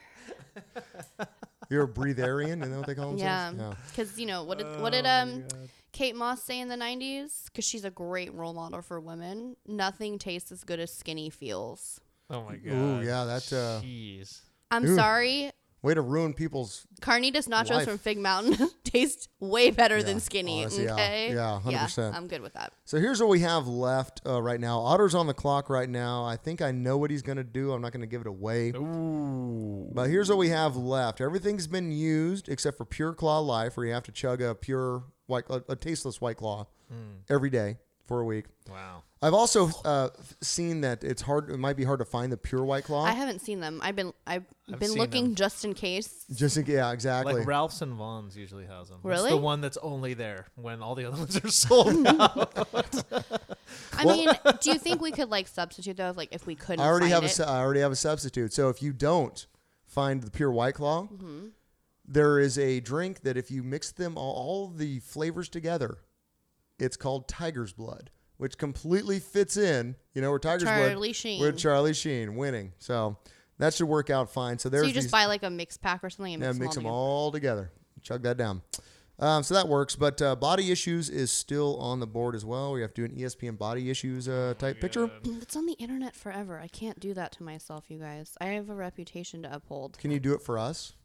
You're a breatharian, and what they call themselves. Yeah, because you know what did what Oh, did um Kate Moss say in the '90s? Because she's a great role model for women. Nothing tastes as good as skinny feels. Oh my god. Ooh, yeah, that, uh, Jeez. I'm sorry, Way to ruin people's carnitas nachos Life. from Fig Mountain taste way better than skinny. honestly, yeah. okay, Yeah, 100%. I'm good with that. So here's what we have left uh, right now. Otter's on the clock right now. I think I know what he's going to do. I'm not going to give it away. But here's what we have left. Everything's been used except for Pure Claw Life, where you have to chug a pure white, a, a tasteless White Claw every day for a week. Hmm. Wow. I've also uh, f- seen that it's hard. It might be hard to find the pure White Claw. I haven't seen them. I've been I've, been seen looking them. just in case. Just in, yeah, exactly. Like Ralph's and Vaughn's usually has them. It's Really? the one that's only there when all the other ones are sold out. I mean, do you think we could like substitute though? if, Like if we couldn't, I already find have a it? su- I already have a substitute. So if you don't find the pure White Claw, there is a drink that if you mix them all, all the flavors together, it's called Tiger's Blood, which completely fits in. You know, where Tiger's Charlie Blood Sheen. with Charlie Sheen winning. So that should work out fine. So there's So you just these- buy like a mix pack or something and yeah, mix, mix them together. all together. Chug that down. Um, so that works, but uh, body issues is still on the board as well. We have to do an E ESPN body issues uh, type picture. It's on the internet forever. I can't do that to myself, you guys. I have a reputation to uphold. Can you do it for us?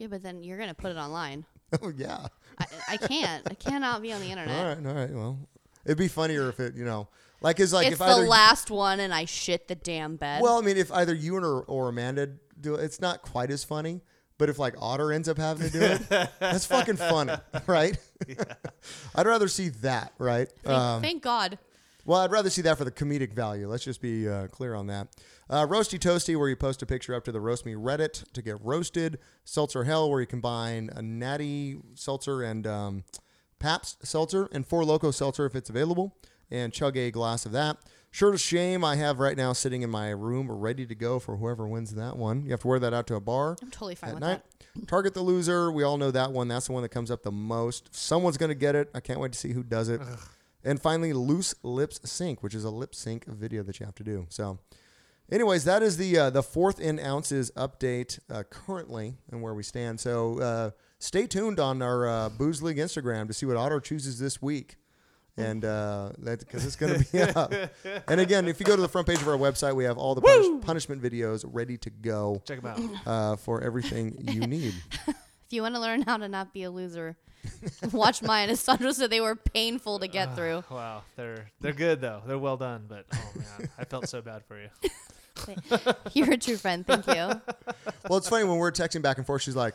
Yeah, but then you're gonna put it online. Oh yeah. I, I can't. I cannot be on the internet. All right, all right. Well, it'd be funnier if it, you know, like is like it's if the either last one, and I shit the damn bed. well, I mean, if either you or or Amanda do it, it's not quite as funny. But if like Otter ends up having to do it, that's fucking funny, right? I'd rather see that, right? thank, thank God. Well, I'd rather see that for the comedic value. Let's just be uh, clear on that. Uh, Roasty Toasty, where you post a picture up to the Roast Me Reddit to get roasted. Seltzer Hell, where you combine a natty seltzer and um, Pabst seltzer and Four Loco seltzer if it's available, and chug a glass of that. Sure to shame, I have right now sitting in my room ready to go for whoever wins that one. You have to wear that out to a bar. I'm totally fine at with night. Target the loser. We all know that one. That's the one that comes up the most. Someone's going to get it. I can't wait to see who does it. And finally, loose lips sync, which is a lip sync video that you have to do. So, anyways, that is the uh, the fourth in ounces update uh, currently and where we stand. So, uh, stay tuned on our uh, Booze League Instagram to see what Otter chooses this week. And uh, that because it's going to be up. And again, if you go to the front page of our website, we have all the punish- punishment videos ready to go. Check 'em out. uh, for everything you need. If you want to learn how to not be a loser, watch mine. As Sandra said, they were painful to Ah. get through. Wow, they're they're good though. They're well done, but oh man, I felt so bad for you. You're a true friend. Thank you. well, it's funny when we're texting back and forth. She's like,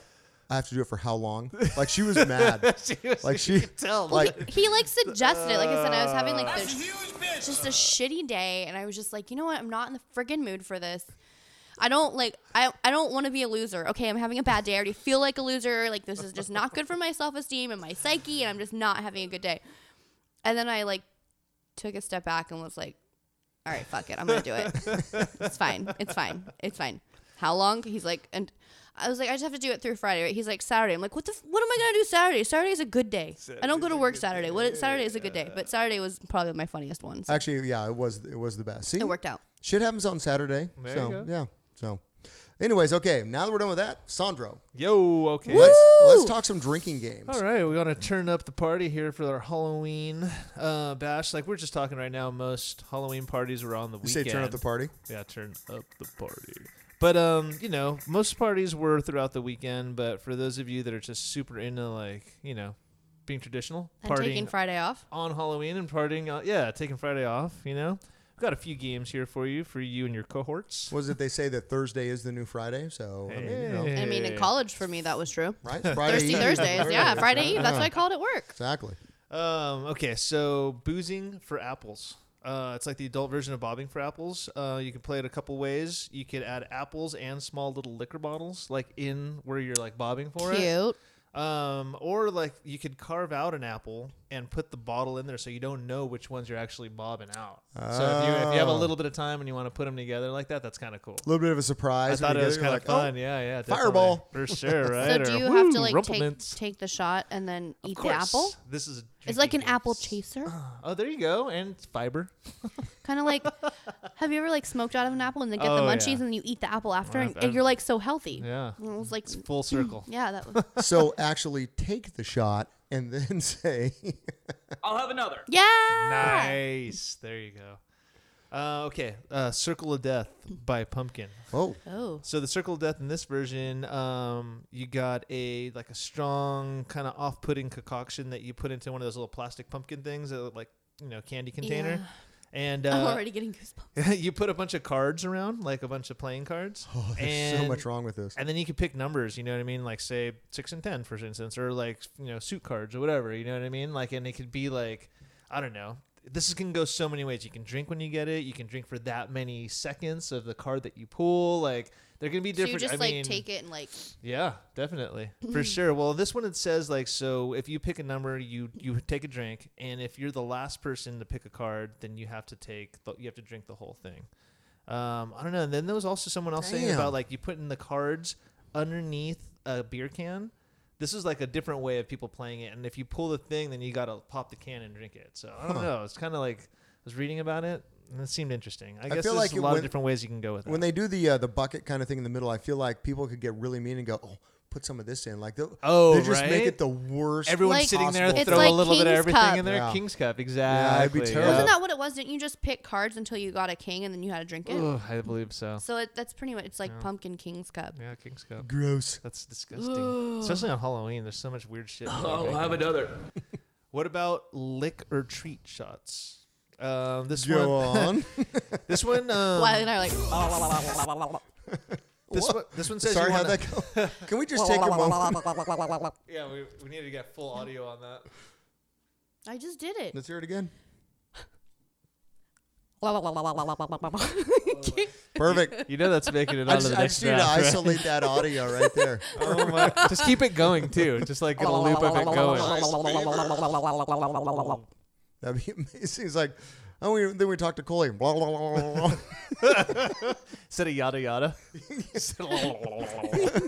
"I have to do it for how long?" Like she was mad. like she tell. like He like suggested it. Like I said, I was having like this just a shitty day, and I was just like, you know what? I'm not in the friggin' mood for this. I don't like. I I don't want to be a loser. Okay, I'm having a bad day. I already feel like a loser. Like this is just not good for my self esteem and my psyche, and I'm just not having a good day. And then I like took a step back and was like, all right, fuck it. I'm gonna do it. it's fine. It's fine. It's fine. How long? He's like, and I was like, I just have to do it through Friday. Right? He's like, Saturday. I'm like, what the? F- what am I gonna do Saturday? Saturday is a good day. I don't go to work Saturday. What? Saturday is a good day, but Saturday was probably my funniest one. So actually, yeah, it was it was the best. See, it worked out. Shit happens on Saturday. There so you go. yeah. So, anyways, okay. Now that we're done with that, Sandro, Yo, okay. let's let's talk some drinking games. All right, we're gonna turn up the party here for our Halloween uh, bash. Like we're just talking right now, most Halloween parties are on the You say weekend. turn up the party. Yeah, turn up the party. But um, you know, most parties were throughout the weekend. But for those of you that are just super into like, you know, being traditional, I'm taking partying Friday off. on Halloween and partying, uh, yeah, taking Friday off. You know, I've got a few games here for you, for you and your cohorts. Was it they say that Thursday is the new Friday? So I mean, you know, I mean, in college for me, that was true. right? Friday Thirsty Eve. Thursdays, yeah. Friday Eve. That's Yeah. what I called it work. Exactly. Um, okay, so boozing for apples. Uh, it's like the adult version of bobbing for apples. Uh, you can play it a couple ways. You could add apples and small little liquor bottles, like in where you're like bobbing for it. Cute. Um, or like you could carve out an apple and put the bottle in there, so you don't know which ones you're actually bobbing out. So if you, if you have a Oh. little bit of time and you want to put them together like that, that's kind of cool. A little bit of a surprise. I thought when it you was get kind there, of you're like, fun. oh, yeah, yeah, definitely. fireball. for sure, So right? do Or, you have to "Woo, like take, rumplements." take the shot and then Of eat the course. apple? This is a It's drinking like an game. apple chaser. Oh, there you go, and it's fiber. Kind of like, have you ever like smoked out of an apple and then get Oh, the yeah. munchies and then you eat the apple after Well, and, I've- and you're like so healthy? Yeah. And it was like, It's full circle. yeah, that was, "Oh." So actually, take the shot and then say. I'll have another. yeah. Nice. There you go. Uh, okay. Uh, Circle of Death by Pumpkin. Oh, Oh, So the Circle of Death in this version, um, you got a like a strong kind of off-putting concoction that you put into one of those little plastic pumpkin things that look like you know candy container. Yeah. And uh, I'm already getting goosebumps. you put a bunch of cards around, like a bunch of playing cards. oh, there's so and- much wrong with this. And then you can pick numbers, you know what I mean? Like say six and ten, for instance, or like you know suit cards or whatever, you know what I mean? Like, and it could be like, I don't know. This is can go so many ways. You can drink when you get it. You can drink for that many seconds of the card that you pull. Like they're gonna be So different. you just I like mean, take it and like, yeah, definitely. For sure. Well, this one it says like so if you pick a number, you you take a drink and if you're the last person to pick a card, then you have to take the, you have to drink the whole thing. Um, I don't know. And then there was also someone else saying Damn. about like you putting the cards underneath a beer can. This is like a different way of people playing it and if you pull the thing, then you got to pop the can and drink it. So, I don't know. It's kind of like I was reading about it and it seemed interesting. I, guess feel like there's a it lot went- of different ways you can go with it. When they do the uh, the bucket kind of thing in the middle, I feel like people could get really mean and go, "Oh, put some of this in." Like, they'll- Oh, they just make right? it the worst. Everyone's Like- sitting there It's throw like a little bit of King's everything Cup. in there. Yeah. King's Cup, Yeah, it'd be exactly. terrible. wasn't that what it was? Didn't you just pick cards until you got a king and then you had to drink it? Ugh, I believe so. So it, that's pretty much, it's like pumpkin king's cup. Yeah, King's Cup. gross. That's disgusting. Especially on Halloween, there's so much weird shit. I'll have another. What about lick or treat shots? Um, this Go one, on. this one, um, Why and I like, this What? one, this one says Sorry, you how'd want that go? Can we just take a moment? Yeah, we, we need to get full audio on that. I just did it. Let's hear it again. Perfect. You know that's making it I onto just, the I next just need to draft, right? isolate that audio right there. Oh my- just keep it going too. Just like get a loop of it going. That'd be amazing. It's like, oh, we, then we talked to Coley. Blah, blah, blah, blah, blah. Instead of yada yada.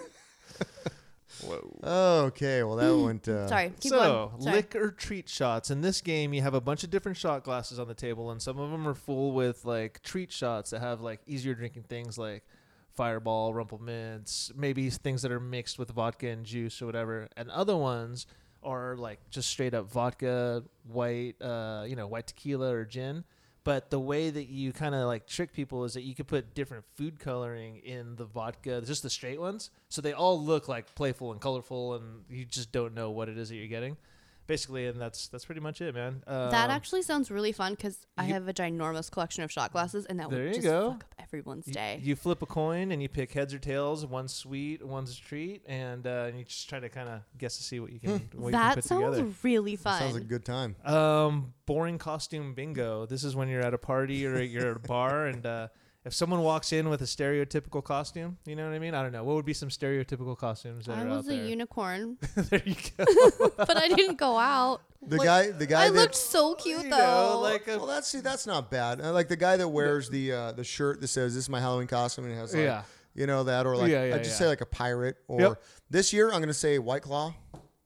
Whoa. Okay, well that went. Uh, Sorry, keep so, going. Sorry. liquor treat shots. In this game, you have a bunch of different shot glasses on the table, and some of them are full with like treat shots that have like easier drinking things like Fireball, Rumple Mints, maybe things that are mixed with vodka and juice or whatever. And other ones are like just straight up vodka, white, uh, you know, white tequila or gin. But the way that you kind of like trick people is that you could put different food coloring in the vodka, just the straight ones. So they all look like playful and colorful, and you just don't know what it is that you're getting. Basically, and that's that's pretty much it, man. Uh, That actually sounds really fun because I have a ginormous collection of shot glasses, and that There would you just go. fuck up everyone's you, day. you flip a coin and you pick heads or tails. One's sweet, one's treat, and, uh, and you just try to kind of guess to see what you can. what you can Hmm. that put sounds together. really fun. Sounds like a good time. Um, boring costume bingo. This is when you're at a party or you're at a bar, and uh, if someone walks in with a stereotypical costume, you know what I mean. I don't know. What would be some stereotypical costumes that I are was out a there? unicorn, there you go. but I didn't go out. The guy, the guy I that looked so cute You though. know, like a, well, that's see, that's not bad. Uh, Like the guy that wears the uh, the shirt that says "This is my Halloween costume" and it has like, Yeah. you know that, or like Yeah, yeah, I just yeah. say like a pirate. Or Yep. this year, I'm gonna say White Claw.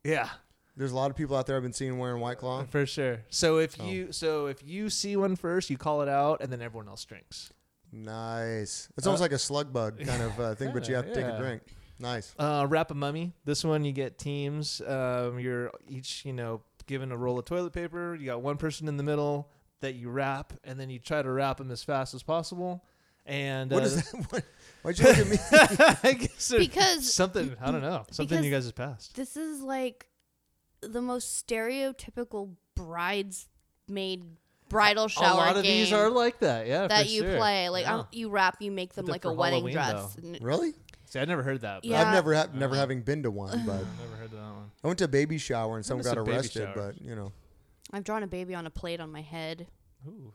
yeah, There's a lot of people out there I've been seeing wearing White Claw. for sure. So if you so if you see one first, you call it out, and then everyone else drinks. Nice. It's almost like a slug bug kind of uh, thing, but you have to take a Uh, yeah. drink. Nice. Uh, wrap a mummy. This one you get teams. Um, you're each you know given a roll of toilet paper. You got one person in the middle that you wrap, and then you try to wrap them as fast as possible. And What uh, is that? What, why'd you look at me? I guess there's Because- something I don't know something you because guys have passed. This is like the most stereotypical bridesmaid bridal shower a lot of game these are like that, yeah. that for you sure. play. Like Yeah. um, you wrap, you make them did like for a wedding Halloween, dress. N- really? See, I never heard that. but Yeah. I've never had never having been to one, but I never heard that one. I went to a baby shower and someone to got some baby arrested. showers. But you know, I've drawn a baby on a plate on my head. Ooh.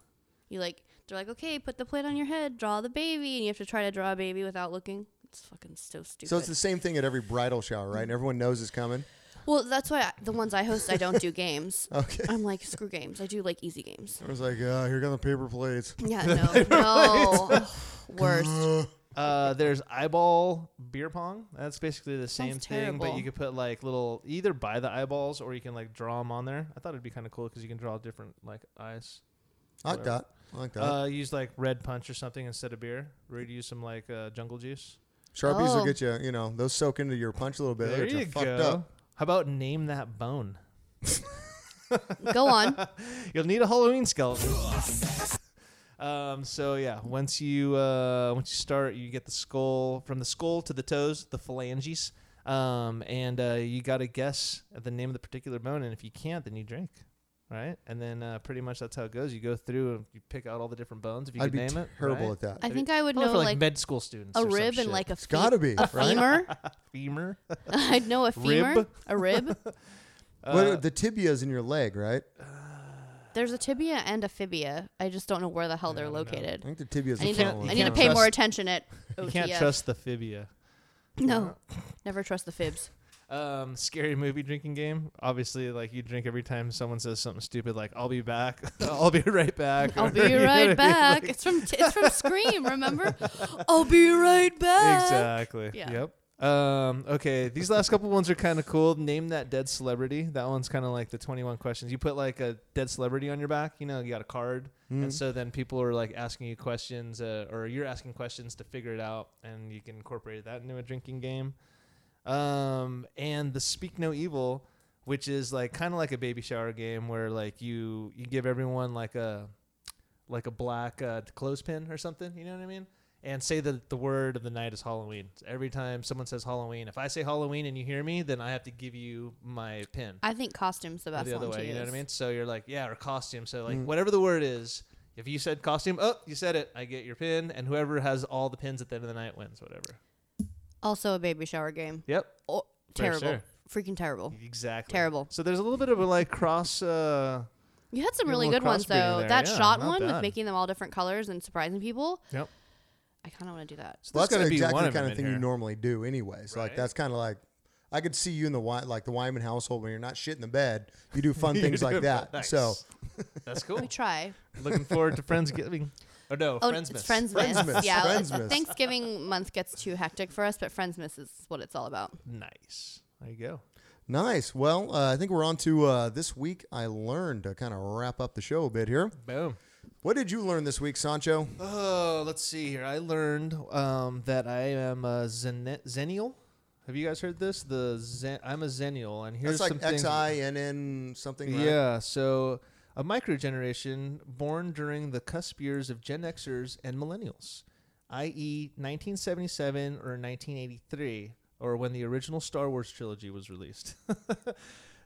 You like they're like, okay, put the plate on your head, draw the baby, and you have to try to draw a baby without looking. It's fucking so stupid. so it's the same thing at every bridal shower, right? And everyone knows it's coming. well, that's why I, the ones I host, I don't do games. Okay. I'm like screw games. I do like easy games. I was like, uh, here come the paper plates. Yeah, no, no, Ugh, worst. Uh, there's eyeball beer pong. That's basically the same Sounds thing, but terrible. you could put like little either buy the eyeballs or you can like draw them on there. I thought it'd be kind of cool because you can draw different like eyes. Hot dot. I like that. Uh, use like red punch or something instead of beer. Or you'd use some like uh, jungle juice. Sharpies will oh. get you, you know, those soak into your punch a little bit. There They'll get you fucked go. up. How about name that bone? Go on. You'll need a Halloween skeleton. um, so yeah, once you uh, once you start, you get the skull from the skull to the toes, the phalanges, um, and uh, you got to guess the name of the particular bone. And if you can't, then you drink, right? And then uh, pretty much that's how it goes. You go through and you pick out all the different bones. If you I'd could be name it, terrible right? at that. I think I would Probably know for like, like, med school students. a or some rib and shit. like a Oh, It's gotta be, a right? femur. femur. I'd know a femur, Rib? a rib. Uh, What are the tibia's in your leg, right? There's a tibia and a fibia. I just don't know where the hell they're I located. think the tibia's I need, the to, front one. I need to can't pay more trust- attention at you OTF. can't trust the fibia. No, never trust the fibs. Um, scary movie drinking game. Obviously, like you drink every time someone says something stupid, like "I'll be back," "I'll be right back." I'll or, be you know what I right mean? back. Like- it's from it's from Scream. Remember? I'll be right back. exactly. Yeah. Yep. Um, okay, these last couple ones are kind of cool. Name that dead celebrity. That one's kind of like the 21 questions. You put like a dead celebrity on your back, you know, you got a card. And so then people are like asking you questions, uh, or you're asking questions to figure it out, and you can incorporate that into a drinking game. Um, and the Speak No Evil, which is like kind of like a baby shower game where like you you give everyone like a like a black uh, clothespin or something. You know what I mean? And say that the word of the night is Halloween. So every time someone says Halloween, if I say Halloween and you hear me, then I have to give you my pin. I think costume's the or best the other one to way, you know what I use. mean? So you're like, yeah, or costume. So like whatever the word is, if you said costume, oh, you said it. I get your pin, and whoever has all the pins at the end of the night wins. Whatever. Also a baby shower game. Yep. Oh, For terrible. sure. Freaking terrible. Exactly. Terrible. So there's a little bit of a like cross, uh, You had some Get a really little good ones crossbreeding though. there. That Yeah, shot not one with bad. making them all different colors and surprising people. Yep. I kind of want to do that. Well, There's that's gotta be exactly one the of kind of them in thing you here. normally do, anyways. Like that's kind of like I could see you in the Wy- like the Wyman household when you're not shit in the bed. You do fun You things do like that. that. Nice. So That's cool. We try. Looking forward to Friendsgiving. Oh no, Oh, Friendsmas. it's Friendsmas. Friendsmas. Yeah, like, Friendsmas. Thanksgiving month gets too hectic for us, but Friendsmas is what it's all about. Nice. There you go. nice. Well, uh, I think we're on to uh, this week. I learned to kind of wrap up the show a bit here. Boom. What did you learn this week, Sancho? Oh, let's see here. I learned um, that I am a zen- zennial. Have you guys heard this? The zen- I'm a zennial, and here's That's like some X things. I N N something. Right? Yeah, so a microgeneration born during the cusp years of Gen Xers and millennials, i.e., 1977 or 1983, or when the original Star Wars trilogy was released.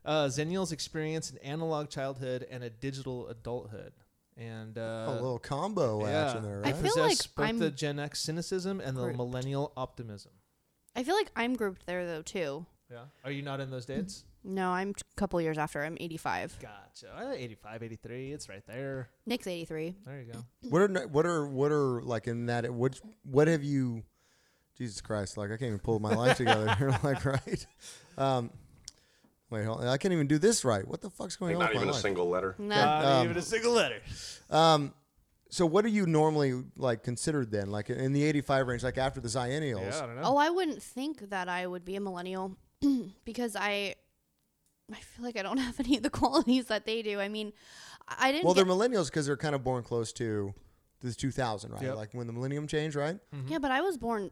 uh, Zennials experience an analog childhood and a digital adulthood. And uh, a little combo action there. I Right? feel possess like both I'm the Gen X cynicism and the grouped. millennial optimism. I feel like I'm grouped there though too. Yeah. Are you not in those dates? No, I'm a couple years after. I'm 85. Gotcha. Uh, 85, 83. It's right there. Nick's 83. There you go. What are what are what are like in that? What what have you? Jesus Christ! Like I can't even pull my life together. here, like right? Um, wait, hold I can't even do this right. What the fuck's going on? with my life? letter. No. Not even a single letter. Um, so what are you normally like considered then? Like in the eighty-five range, like after the Ziennials? Yeah, I don't know. Oh, I wouldn't think that I would be a millennial because I I feel like I don't have any of the qualities that they do. I mean, I I didn't well, they're get, millennials because they're kind of born close to the two thousand, right? Yep. Like when the millennium changed, right? Yeah, but I was born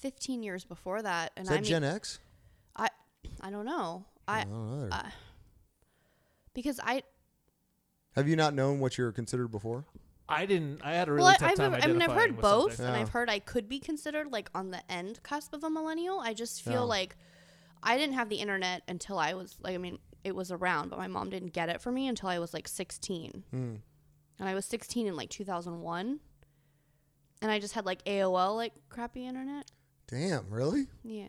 15 years before that and Is that I mean Gen Mm-hmm. X? I I don't know. I I don't know. uh, because I have you not known what you're considered before? I didn't. I had a really well I, tough I've time. ever- I mean I've identifying heard with both something. and I've Yeah. heard I could be considered like on the end cusp of a millennial. I just feel Yeah. like I didn't have the internet until I was like I mean it was around, but my mom didn't get it for me until I was like 16. Hmm. And I was 16 in like 2001. And I just had like AOL like crappy internet. Damn, really? Yeah.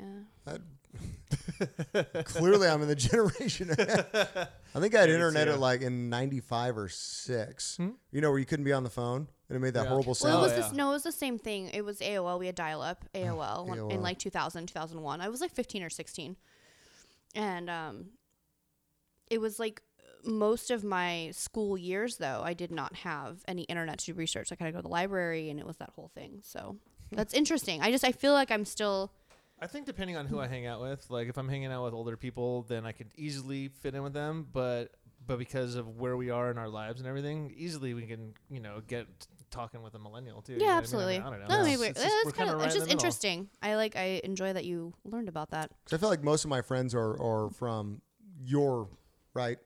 Clearly, I'm in the generation. I think I had Yeah, me internet too. at like in '95 or '6. You know where you couldn't be on the phone, and it made that Yeah. horrible Well, sound. it was Oh, this, yeah. no, it was the same thing. It was AOL. We had dial up AOL, when- in AOL. like 2000, 2001. I was like 15 or 16. And um, it was like most of my school years, though, I did not have any internet to do research. I kind of go to the library and it was that whole thing. So that's interesting. I just, I feel like I'm still, I think depending on who I hang out with, like if I'm hanging out with older people, then I could easily fit in with them. But but because of where we are in our lives and everything, easily we can you know get talking with a millennial too. you know what yeah, I mean? absolutely. I, mean, I don't know. No, It's- maybe- it's that's we're kinda- kinda right it's in just the middle. interesting. I like, I enjoy that you learned about that. 'Cause I feel like most of my friends are are from your right.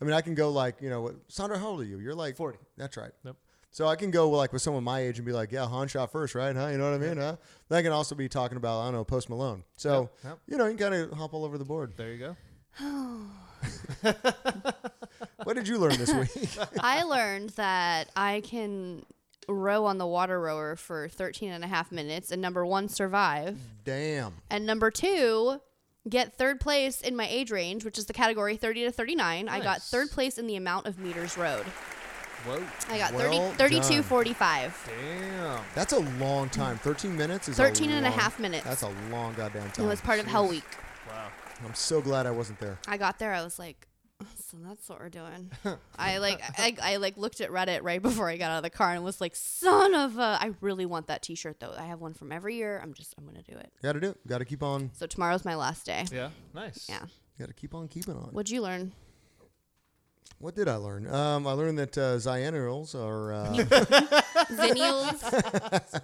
I mean, I can go like you know, what- Sandra, how old are you? You're like 40. That's right. Nope. So I can go like with someone my age and be like, yeah, Han shot first, right? Huh? You know what I mean? Huh? But I can also be talking about I don't know, Post Malone. So Yep, yep. you know, you can kind of hop all over the board. There you go. What did you learn this week? I learned that I can row on the water rower for 13 and a half minutes and number one, survive. Mm. Damn. And number two, get third place in my age range, which is the category 30 to 39. I got Nice. third place in the amount of meters rowed. Whoa. I got Well 30, 32, done. 45. Damn. That's a long time. 13 minutes is 13 a and a long- half minutes. That's a long goddamn time. It was part of Hell Week. Wow. I'm so glad I wasn't there. I got there. I was like, so that's what we're doing. I like, I, I like looked at Reddit right before I got out of the car and was like, son of a, I really want that T-shirt though. I have one from every year. I'm just, I'm gonna do it. Got to do it. Got to keep on. So tomorrow's my last day. Yeah. Nice. Yeah. Got to keep on keeping on. What'd you learn? What did I learn? Um, I learned that uh, Ziennials are. Uh, Zennials.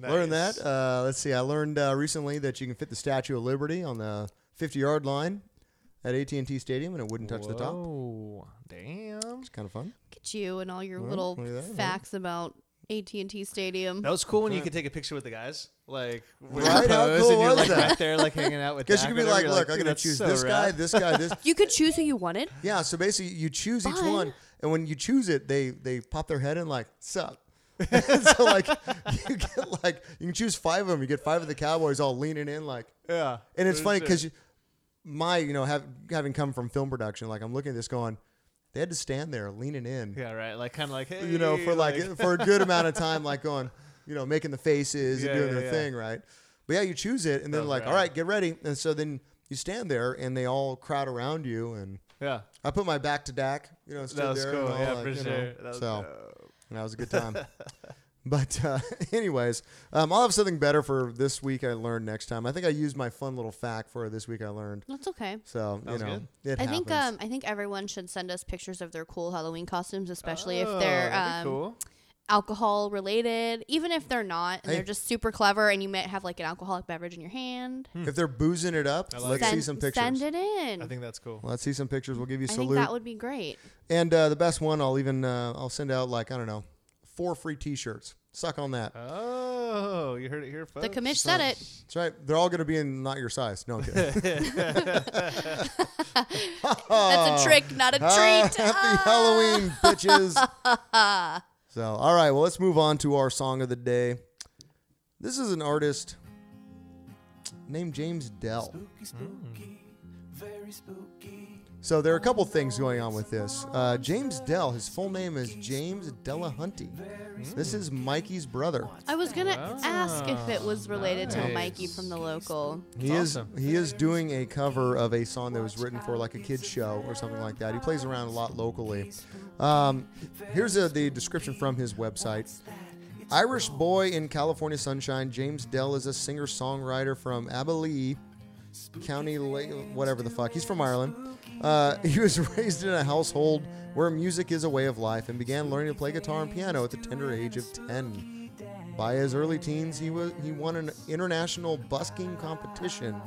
Learned that. Uh, let's see. I learned uh, recently that you can fit the Statue of Liberty on the 50-yard line at AT&T Stadium, and it wouldn't touch the top. Oh, damn. It's kind of fun. Look at you and all your Well, little look at that, huh? facts about AT and T Stadium. That was cool when you could take a picture with the guys. Like, when Right? you How pose cool and you're was like that? right there, like hanging out with Guess you Dak could or be whatever, like, you're look, I'm "Dude, gonna that's choose so this guy, rad." this guy, this. You could choose who you wanted. Yeah. So basically, you choose each Fun. one, and when you choose it, they they pop their head in like sup. so like you get like you can choose five of them. You get five of the Cowboys all leaning in like, Yeah. and it's funny sick. because my you know have, having come from film production, like I'm looking at this going, They had to stand there leaning in. Yeah, right. Like kind of like hey, you know, for like, for a good amount of time, like going, you know, making the faces Yeah, and doing yeah, their yeah. thing, right? But yeah, you choose it, and then That's like, right. all right, get ready, and so then you stand there, and they all crowd around you, and Yeah. I put my back to Dak, you know, and stood That was there and cool. all, Yeah, like, for you know, sure. That was so and that was a good time. But uh, anyways, um, I'll have something better for this week. I learned next time. I think I used my fun little fact for this week. I learned. That's okay. So That was you know, good. it I think happens. um I think everyone should send us pictures of their cool Halloween costumes, especially Oh, if they're um that'd be cool. alcohol related, even if they're not, and Hey. they're just super clever, and you might have like an alcoholic beverage in your hand. if they're boozing it up, let's Hmm. see um, send, some pictures. Send it in. I think that's cool. Let's see some pictures. We'll give you I salute. think that would be great. And uh, the best one, I'll even uh, I'll send out like I don't know, four free T-shirts. Suck on that. Uh. Oh, you heard it here, folks. The commish said it. That's right. They're all going to be in not your size. No, I'm kidding. That's a trick, not a Oh. treat. Happy Halloween, bitches. so, all right. Well, let's move on to our song of the day. This is an artist named James Dell. Hmm. So there are a couple things going on with this. Uh, James Dell, his full name is James Delahunty. This is Mikey's brother. I was gonna ask if it was Oh, related to Mikey from the local. He is he is doing a cover of a song that was written for like a kids show or something like that. He plays around a lot locally. Um, here's a, the description from his website. Irish boy in California sunshine, James Dell is a singer-songwriter from Abilene County, La- whatever the fuck. He's from Ireland. Uh, he was raised in a household where music is a way of life and began learning to play guitar and piano at the tender age of 10. By his early teens, he was he won an international busking competition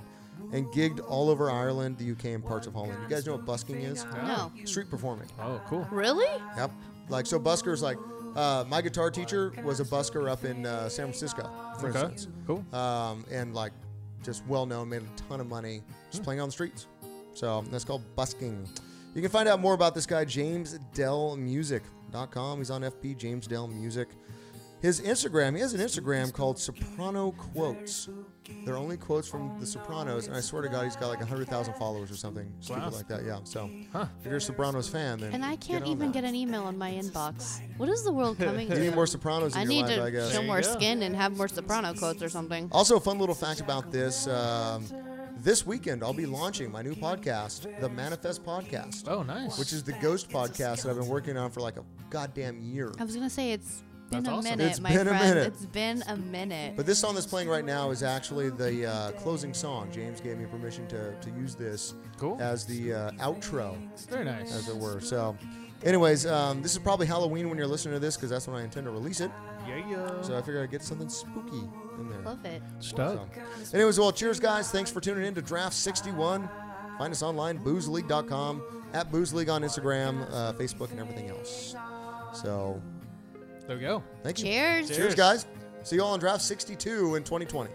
and gigged all over Ireland, the UK, and parts of Holland. You guys know what busking is? No. Street performing. Oh, cool. Really? Yep. Like so, buskers like. Uh, my guitar teacher was a busker up in uh, San Francisco, for Okay. instance, Cool. um, and like just well known, made a ton of money just Hmm. playing on the streets. So that's called busking. You can find out more about this guy, JamesDellMusic.com. He's on FB, James Dell Music. His Instagram, he has an Instagram called Soprano Quotes. They're only quotes from The Sopranos, and I swear to God, he's got like 100,000 followers or something stupid like that. Yeah, so if you're a Sopranos fan, then. And I can't on even that. get an email in my inbox. What is the world coming You need to? more Sopranos in I your need life, I to guess. show more go. skin and have more soprano quotes or something. Also, a fun little fact about this. Um, this weekend, I'll be launching my new podcast, the Manifest Podcast, Oh, nice. which is the ghost podcast that I've been working on for like a goddamn year. I was gonna say it's been That's a awesome. minute, It's my been a friend. minute. It's been a minute. But this song that's playing right now is actually the uh, closing song. James gave me permission to, to use this Cool. as the uh, outro, very nice. as it were. So, anyways, um, this is probably Halloween when you're listening to this because that's when I intend to release it. yeah, yeah. So I figure I'd get something spooky in there. Love it. Stuck. So, anyways, well, cheers, guys. Thanks for tuning in to Draft 61. Find us online, boozeleague.com, at boozeleague on Instagram, uh, Facebook, and everything else. So, There we go. thank you. Cheers. Cheers, guys. See you all on Draft 62 in 2020.